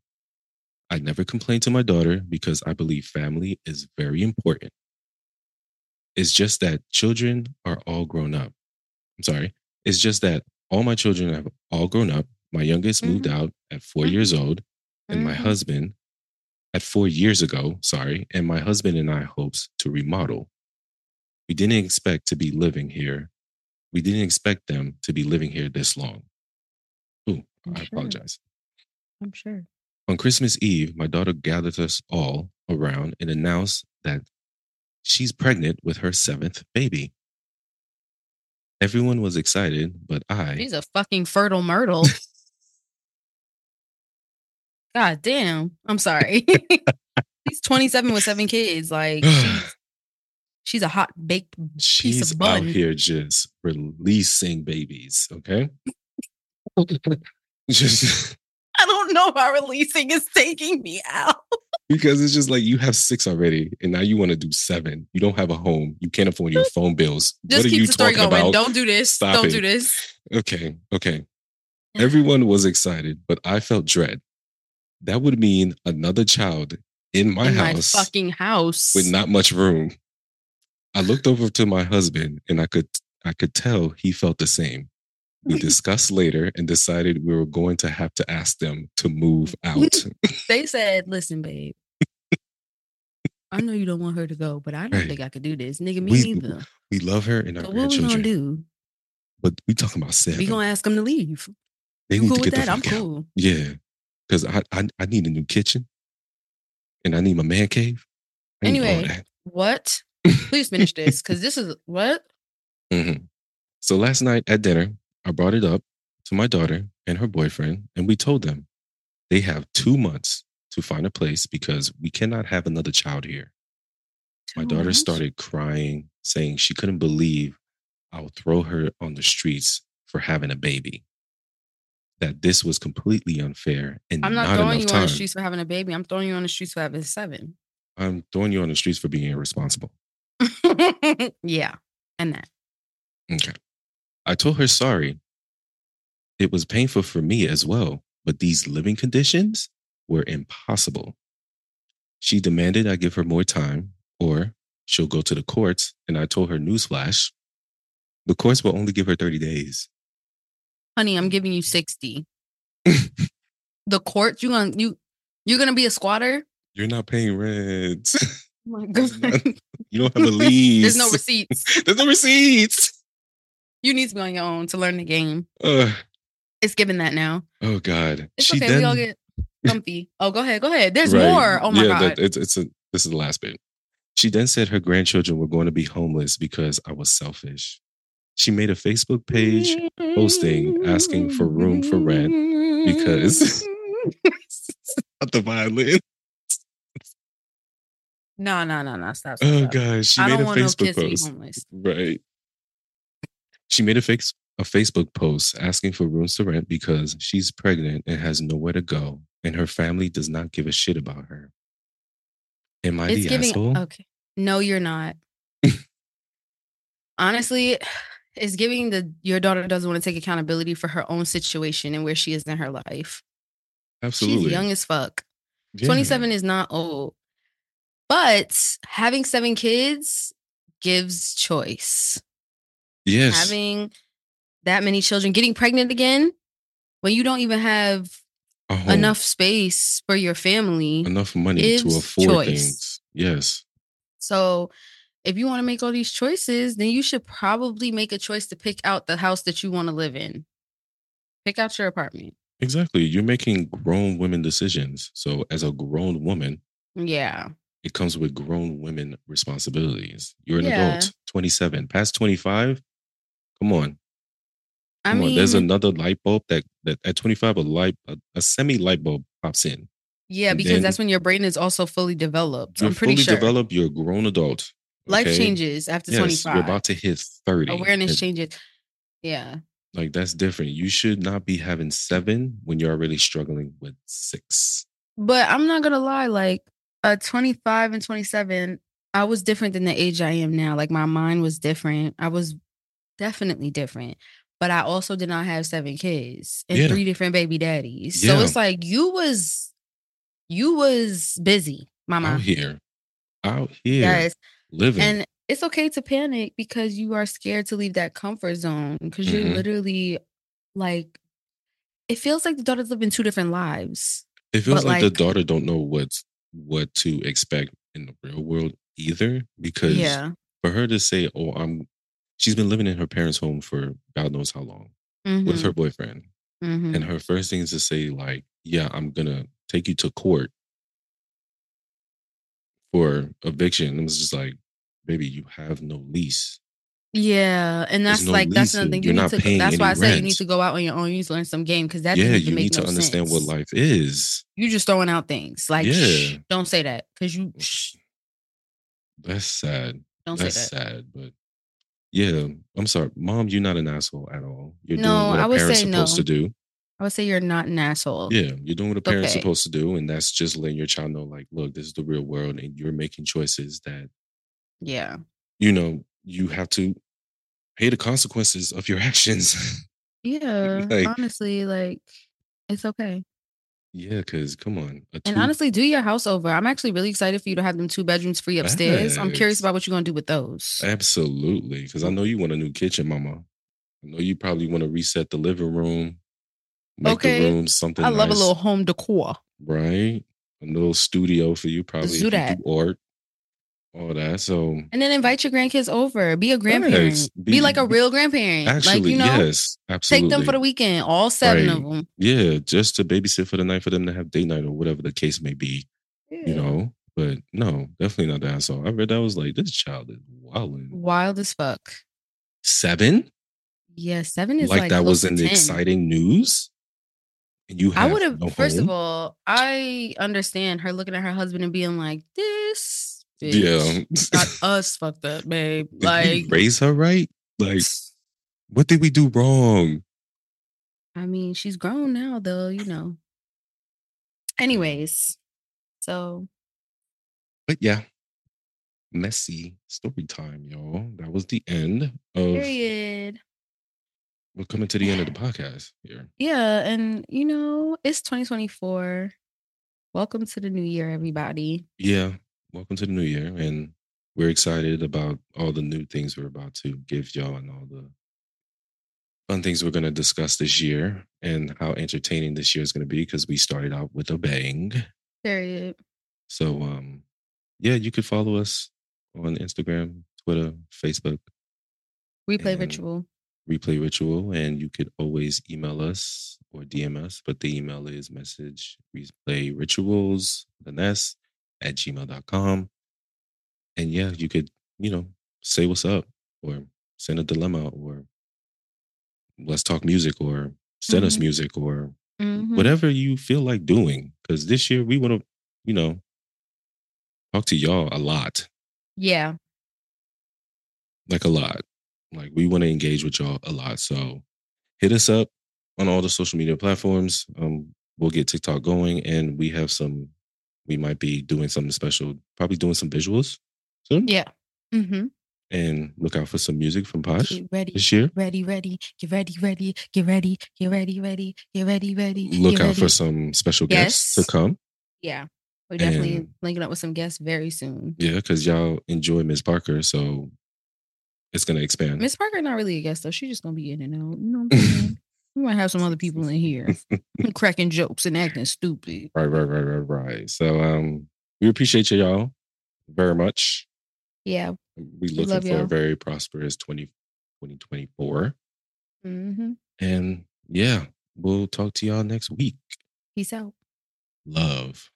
Speaker 2: I never complain to my daughter because I believe family is very important. It's just that children are all grown up. I'm sorry. It's just that all my children have all grown up. My youngest moved out at 4
Speaker 3: Mhm.
Speaker 2: years old, and my
Speaker 3: Mhm.
Speaker 2: husband at four years ago, sorry, and my husband and I hopes to remodel. We didn't expect to be living here. We didn't expect them to be living here this long. Ooh,
Speaker 3: I'm
Speaker 2: I
Speaker 3: sure.
Speaker 2: apologize.
Speaker 3: I'm sure.
Speaker 2: On Christmas Eve, my daughter gathered us all around and announced that she's pregnant with her seventh baby. Everyone was excited, but I,
Speaker 3: She's a fucking fertile myrtle. God damn. I'm sorry. She's 27 with seven kids. Like she's, she's a hot baked
Speaker 2: she's out
Speaker 3: bun.
Speaker 2: here just releasing babies, okay? just
Speaker 3: I don't know why releasing is taking me out.
Speaker 2: because it's just like you have six already, and now you want to do seven. You don't have a home. You can't afford your phone bills.
Speaker 3: Just
Speaker 2: what are
Speaker 3: keep
Speaker 2: you
Speaker 3: the story
Speaker 2: talking
Speaker 3: going.
Speaker 2: about?
Speaker 3: Don't do this.
Speaker 2: Stop
Speaker 3: don't
Speaker 2: it.
Speaker 3: do this.
Speaker 2: Okay, okay. Everyone was excited, but I felt dread. That would mean another child in my
Speaker 3: in
Speaker 2: house
Speaker 3: my fucking house.
Speaker 2: with not much room. I looked over to my husband and I could I could tell he felt the same. We discussed later and decided we were going to have to ask them to move out.
Speaker 3: they said, "Listen, babe, I know you don't want her to go, but I don't
Speaker 2: Right.
Speaker 3: think I could do this, nigga. Me
Speaker 2: We-
Speaker 3: neither.
Speaker 2: we love her and our
Speaker 3: So what we gonna
Speaker 2: grandchildren,
Speaker 3: do?
Speaker 2: but we talking about seven.
Speaker 3: We gonna ask them to leave.
Speaker 2: they
Speaker 3: You
Speaker 2: need
Speaker 3: cool
Speaker 2: to
Speaker 3: with
Speaker 2: get the
Speaker 3: that? I'm
Speaker 2: fuck out.
Speaker 3: cool.
Speaker 2: Yeah, because I, I I need a new kitchen, and I need my man cave. I need all
Speaker 3: Anyway.
Speaker 2: that.
Speaker 3: What? Please finish this, because this is what
Speaker 2: Mm-hmm. Mhm. so last night at dinner, I brought it up to my daughter and her boyfriend, and we told them they have two months to find a place because we cannot have another child here. My daughter started crying, saying she couldn't believe I would throw her on the streets for having a baby. That this was completely unfair and
Speaker 3: Mm-hmm. I'm
Speaker 2: not,
Speaker 3: not, throwing
Speaker 2: enough
Speaker 3: you on
Speaker 2: time.
Speaker 3: the streets for having a baby. I'm throwing you on the streets for having seven.
Speaker 2: I'm throwing you on the streets for being irresponsible.
Speaker 3: yeah. And that.
Speaker 2: Okay. I told her sorry. It was painful for me as well, but these living conditions were impossible. She demanded I give her more time or she'll go to the courts. And I told her, newsflash, the courts will only give her 30 days.
Speaker 3: Honey, I'm giving you 60. the courts, you're gonna you you're gonna be a squatter.
Speaker 2: You're not paying rent.
Speaker 3: Oh my
Speaker 2: There's
Speaker 3: God.
Speaker 2: you don't have a lease.
Speaker 3: There's no receipts.
Speaker 2: There's no receipts.
Speaker 3: You need to be on your own to learn the game.
Speaker 2: Ugh.
Speaker 3: It's given that now.
Speaker 2: oh, God.
Speaker 3: It's
Speaker 2: She
Speaker 3: okay.
Speaker 2: then-
Speaker 3: We all get comfy. Oh, go ahead. Go ahead. There's
Speaker 2: Right.
Speaker 3: more. Oh my
Speaker 2: yeah,
Speaker 3: god.
Speaker 2: that- it's it's a, this is the last bit. She then said her grandchildren were going to be homeless because I was selfish. She made a Facebook page. posting, asking for room for rent because- Not the violin.
Speaker 3: no, no, no, no. Stop. stop,
Speaker 2: Oh
Speaker 3: stop.
Speaker 2: gosh, she
Speaker 3: I
Speaker 2: made
Speaker 3: don't
Speaker 2: a
Speaker 3: want no
Speaker 2: Facebook
Speaker 3: kids to be
Speaker 2: post.
Speaker 3: homeless.
Speaker 2: Right. She made a fix a Facebook post asking for rooms to rent because she's pregnant and has nowhere to go, and her family does not give a shit about her. Am I
Speaker 3: It's
Speaker 2: the
Speaker 3: giving
Speaker 2: asshole?
Speaker 3: okay. No, you're not. Honestly, it's giving the your daughter doesn't want to take accountability for her own situation and where she is in her life.
Speaker 2: Absolutely.
Speaker 3: She's young as fuck.
Speaker 2: Yeah.
Speaker 3: 27 is not old. But having seven kids gives choice.
Speaker 2: Yes.
Speaker 3: having that many children, getting pregnant again when you don't even have
Speaker 2: a home.
Speaker 3: enough space for your family.
Speaker 2: enough money to
Speaker 3: gives
Speaker 2: afford
Speaker 3: choice.
Speaker 2: things. Yes.
Speaker 3: So, if you want to make all these choices, then you should probably make a choice to pick out the house that you want to live in. Pick out your apartment.
Speaker 2: Exactly. You're making grown women decisions. So as a grown woman,
Speaker 3: Yeah.
Speaker 2: it comes with grown women responsibilities. You're an
Speaker 3: Yeah.
Speaker 2: adult, 27. Past 25, come on.
Speaker 3: I
Speaker 2: Come on.
Speaker 3: mean,
Speaker 2: There's another light bulb that, that at 25, a light a, a semi light bulb pops in.
Speaker 3: yeah,
Speaker 2: and
Speaker 3: because
Speaker 2: then-
Speaker 3: that's when your brain is also fully developed.
Speaker 2: You're
Speaker 3: I'm pretty
Speaker 2: fully
Speaker 3: sure.
Speaker 2: developed, you're a grown adult.
Speaker 3: Life
Speaker 2: okay?
Speaker 3: changes after
Speaker 2: Yes,
Speaker 3: 25.
Speaker 2: You're about to hit 30.
Speaker 3: Awareness
Speaker 2: And,
Speaker 3: changes. Yeah.
Speaker 2: Like that's different. You should not be having seven when you're already struggling with six.
Speaker 3: But I'm not gonna lie, like uh 25 and 27, I was different than the age I am now. Like my mind was different. I was definitely different. But I also did not have seven kids and
Speaker 2: Yeah.
Speaker 3: three different baby daddies. So
Speaker 2: Yeah.
Speaker 3: it's like you was you was busy, mama.
Speaker 2: Out here. Out here.
Speaker 3: Yes.
Speaker 2: Living.
Speaker 3: And it's okay to panic because you are scared to leave that comfort zone because you're
Speaker 2: Mhm.
Speaker 3: literally like it feels like the daughter's living two different lives.
Speaker 2: It feels
Speaker 3: But,
Speaker 2: like,
Speaker 3: like-
Speaker 2: the daughter don't know what what to expect in the real world either, because for her to say, "Oh, I'm," she's been living in her parents' home for God knows how long with
Speaker 3: Mhm,
Speaker 2: her boyfriend,
Speaker 3: mhm.
Speaker 2: and her first thing is to say, like, "Yeah, I'm gonna take you to court for eviction." And it was just like, "Baby, you have no lease."
Speaker 3: Yeah, and
Speaker 2: There's
Speaker 3: that's
Speaker 2: no
Speaker 3: like that's
Speaker 2: leasing.
Speaker 3: another thing. You
Speaker 2: You're
Speaker 3: need
Speaker 2: not
Speaker 3: to.
Speaker 2: paying
Speaker 3: That's why I
Speaker 2: any
Speaker 3: say you
Speaker 2: rent.
Speaker 3: need to go out on your own. You need to learn some game because that
Speaker 2: yeah,
Speaker 3: didn't even
Speaker 2: you
Speaker 3: make
Speaker 2: need
Speaker 3: no
Speaker 2: to understand
Speaker 3: sense.
Speaker 2: what life is.
Speaker 3: You just throwing out things like,
Speaker 2: Yeah.
Speaker 3: "Shh, don't say that because you shh,
Speaker 2: That's sad.
Speaker 3: don't
Speaker 2: That's
Speaker 3: say that.
Speaker 2: sad, but. Yeah, I'm sorry, mom. You're not an asshole at all. You're
Speaker 3: No,
Speaker 2: doing what a
Speaker 3: I would
Speaker 2: parent's
Speaker 3: say
Speaker 2: supposed
Speaker 3: no.
Speaker 2: to do.
Speaker 3: I would say you're not an asshole.
Speaker 2: Yeah, you're doing what a parent's
Speaker 3: okay.
Speaker 2: supposed to do, and that's just letting your child know, like, look, this is the real world, and you're making choices that
Speaker 3: yeah,
Speaker 2: you know you have to pay the consequences of your actions.
Speaker 3: yeah.
Speaker 2: Like-
Speaker 3: honestly, like it's okay.
Speaker 2: yeah, because come on, a
Speaker 3: And
Speaker 2: two-
Speaker 3: honestly, do your house over. I'm actually really excited for you to have them two bedrooms free upstairs. I'm curious
Speaker 2: Facts.
Speaker 3: about what you're gonna do with those.
Speaker 2: absolutely, because I
Speaker 3: Oh.
Speaker 2: know you want a new kitchen, Mama. I know you probably want to reset the living room, make
Speaker 3: Okay.
Speaker 2: the room something.
Speaker 3: I love
Speaker 2: nice,
Speaker 3: a little home decor.
Speaker 2: right, a little studio for you, probably if you
Speaker 3: Zudat.
Speaker 2: do art, all that. So
Speaker 3: And then invite your grandkids over. Be a grandparent.
Speaker 2: Facts.
Speaker 3: Be,
Speaker 2: Be-
Speaker 3: like a real grandparent.
Speaker 2: actually,
Speaker 3: Eh, like you know,
Speaker 2: yes, absolutely.
Speaker 3: Take them for the weekend, all seven of them.
Speaker 2: Yeah, just to babysit for the night for them to have date night or whatever the case may be, you know. But no, definitely not the asshole. I read that I was like, this child is wilding.
Speaker 3: wild as fuck.
Speaker 2: Seven?
Speaker 3: Yeah, seven is
Speaker 2: like,
Speaker 3: like
Speaker 2: that
Speaker 3: close
Speaker 2: was
Speaker 3: to
Speaker 2: in the
Speaker 3: 10.
Speaker 2: exciting news. And you
Speaker 3: I
Speaker 2: have
Speaker 3: would have,
Speaker 2: no
Speaker 3: first
Speaker 2: home?
Speaker 3: of all, I understand her looking at her husband and being like, this
Speaker 2: yeah,
Speaker 3: bitch got us fucked up, babe. Like,
Speaker 2: Did we raise her right. Like, what did we do wrong?
Speaker 3: I mean, she's grown now, though, you know. Anyways, so
Speaker 2: But yeah, messy story time, y'all. That was the end of.
Speaker 3: period.
Speaker 2: We're coming to the end of the podcast here.
Speaker 3: Yeah, and you know, it's 2024. Welcome to the new year, everybody.
Speaker 2: Yeah, welcome to the new year, and we're excited about all the new things we're about to give y'all and all the fun things we're going to discuss this year and how entertaining this year is going to be because we started out with a bang.
Speaker 3: Period.
Speaker 2: So, um, yeah, you could follow us on Instagram, Twitter, Facebook,
Speaker 3: Replay
Speaker 2: And-
Speaker 3: ritual.
Speaker 2: Replay Ritual, and you could always email us or DM us. But the email is message replay rituals, the nest at gmail.com. And yeah, you could, you know, say what's up or send a dilemma or let's talk music or send us
Speaker 3: Mhm.
Speaker 2: music or
Speaker 3: Mhm.
Speaker 2: whatever you feel like doing. Cause this year we want to, you know, talk to y'all a lot,
Speaker 3: Yeah.
Speaker 2: like a lot. Like we want to engage with y'all a lot. So hit us up on all the social media platforms. Um, we'll get TikTok going and we have some, we might be doing something special, probably doing some visuals soon.
Speaker 3: Yeah. Mm-hmm.
Speaker 2: And look out for some music from Posh
Speaker 3: Get ready.
Speaker 2: this year.
Speaker 3: Ready, ready, get ready, ready, get ready, get ready, ready, get ready, ready. get
Speaker 2: Look out for
Speaker 3: ready.
Speaker 2: some special guests
Speaker 3: Yes.
Speaker 2: to come.
Speaker 3: Yeah. We're definitely
Speaker 2: and-
Speaker 3: linking up with some guests very soon.
Speaker 2: Yeah, because y'all enjoy Ms. Parker. So it's going to expand.
Speaker 3: Miss Parker not really a guest though. She's just gonna be in and out. You know what I'm saying? we might have some other people in here cracking jokes and acting stupid.
Speaker 2: Right, right, right, right, right. So um we appreciate you y'all very much.
Speaker 3: Yeah.
Speaker 2: We looking
Speaker 3: love
Speaker 2: for
Speaker 3: y'all.
Speaker 2: a very prosperous 20, 2024.
Speaker 3: Mm-hmm.
Speaker 2: And yeah, we'll talk to y'all next week.
Speaker 3: Peace out.
Speaker 2: Love.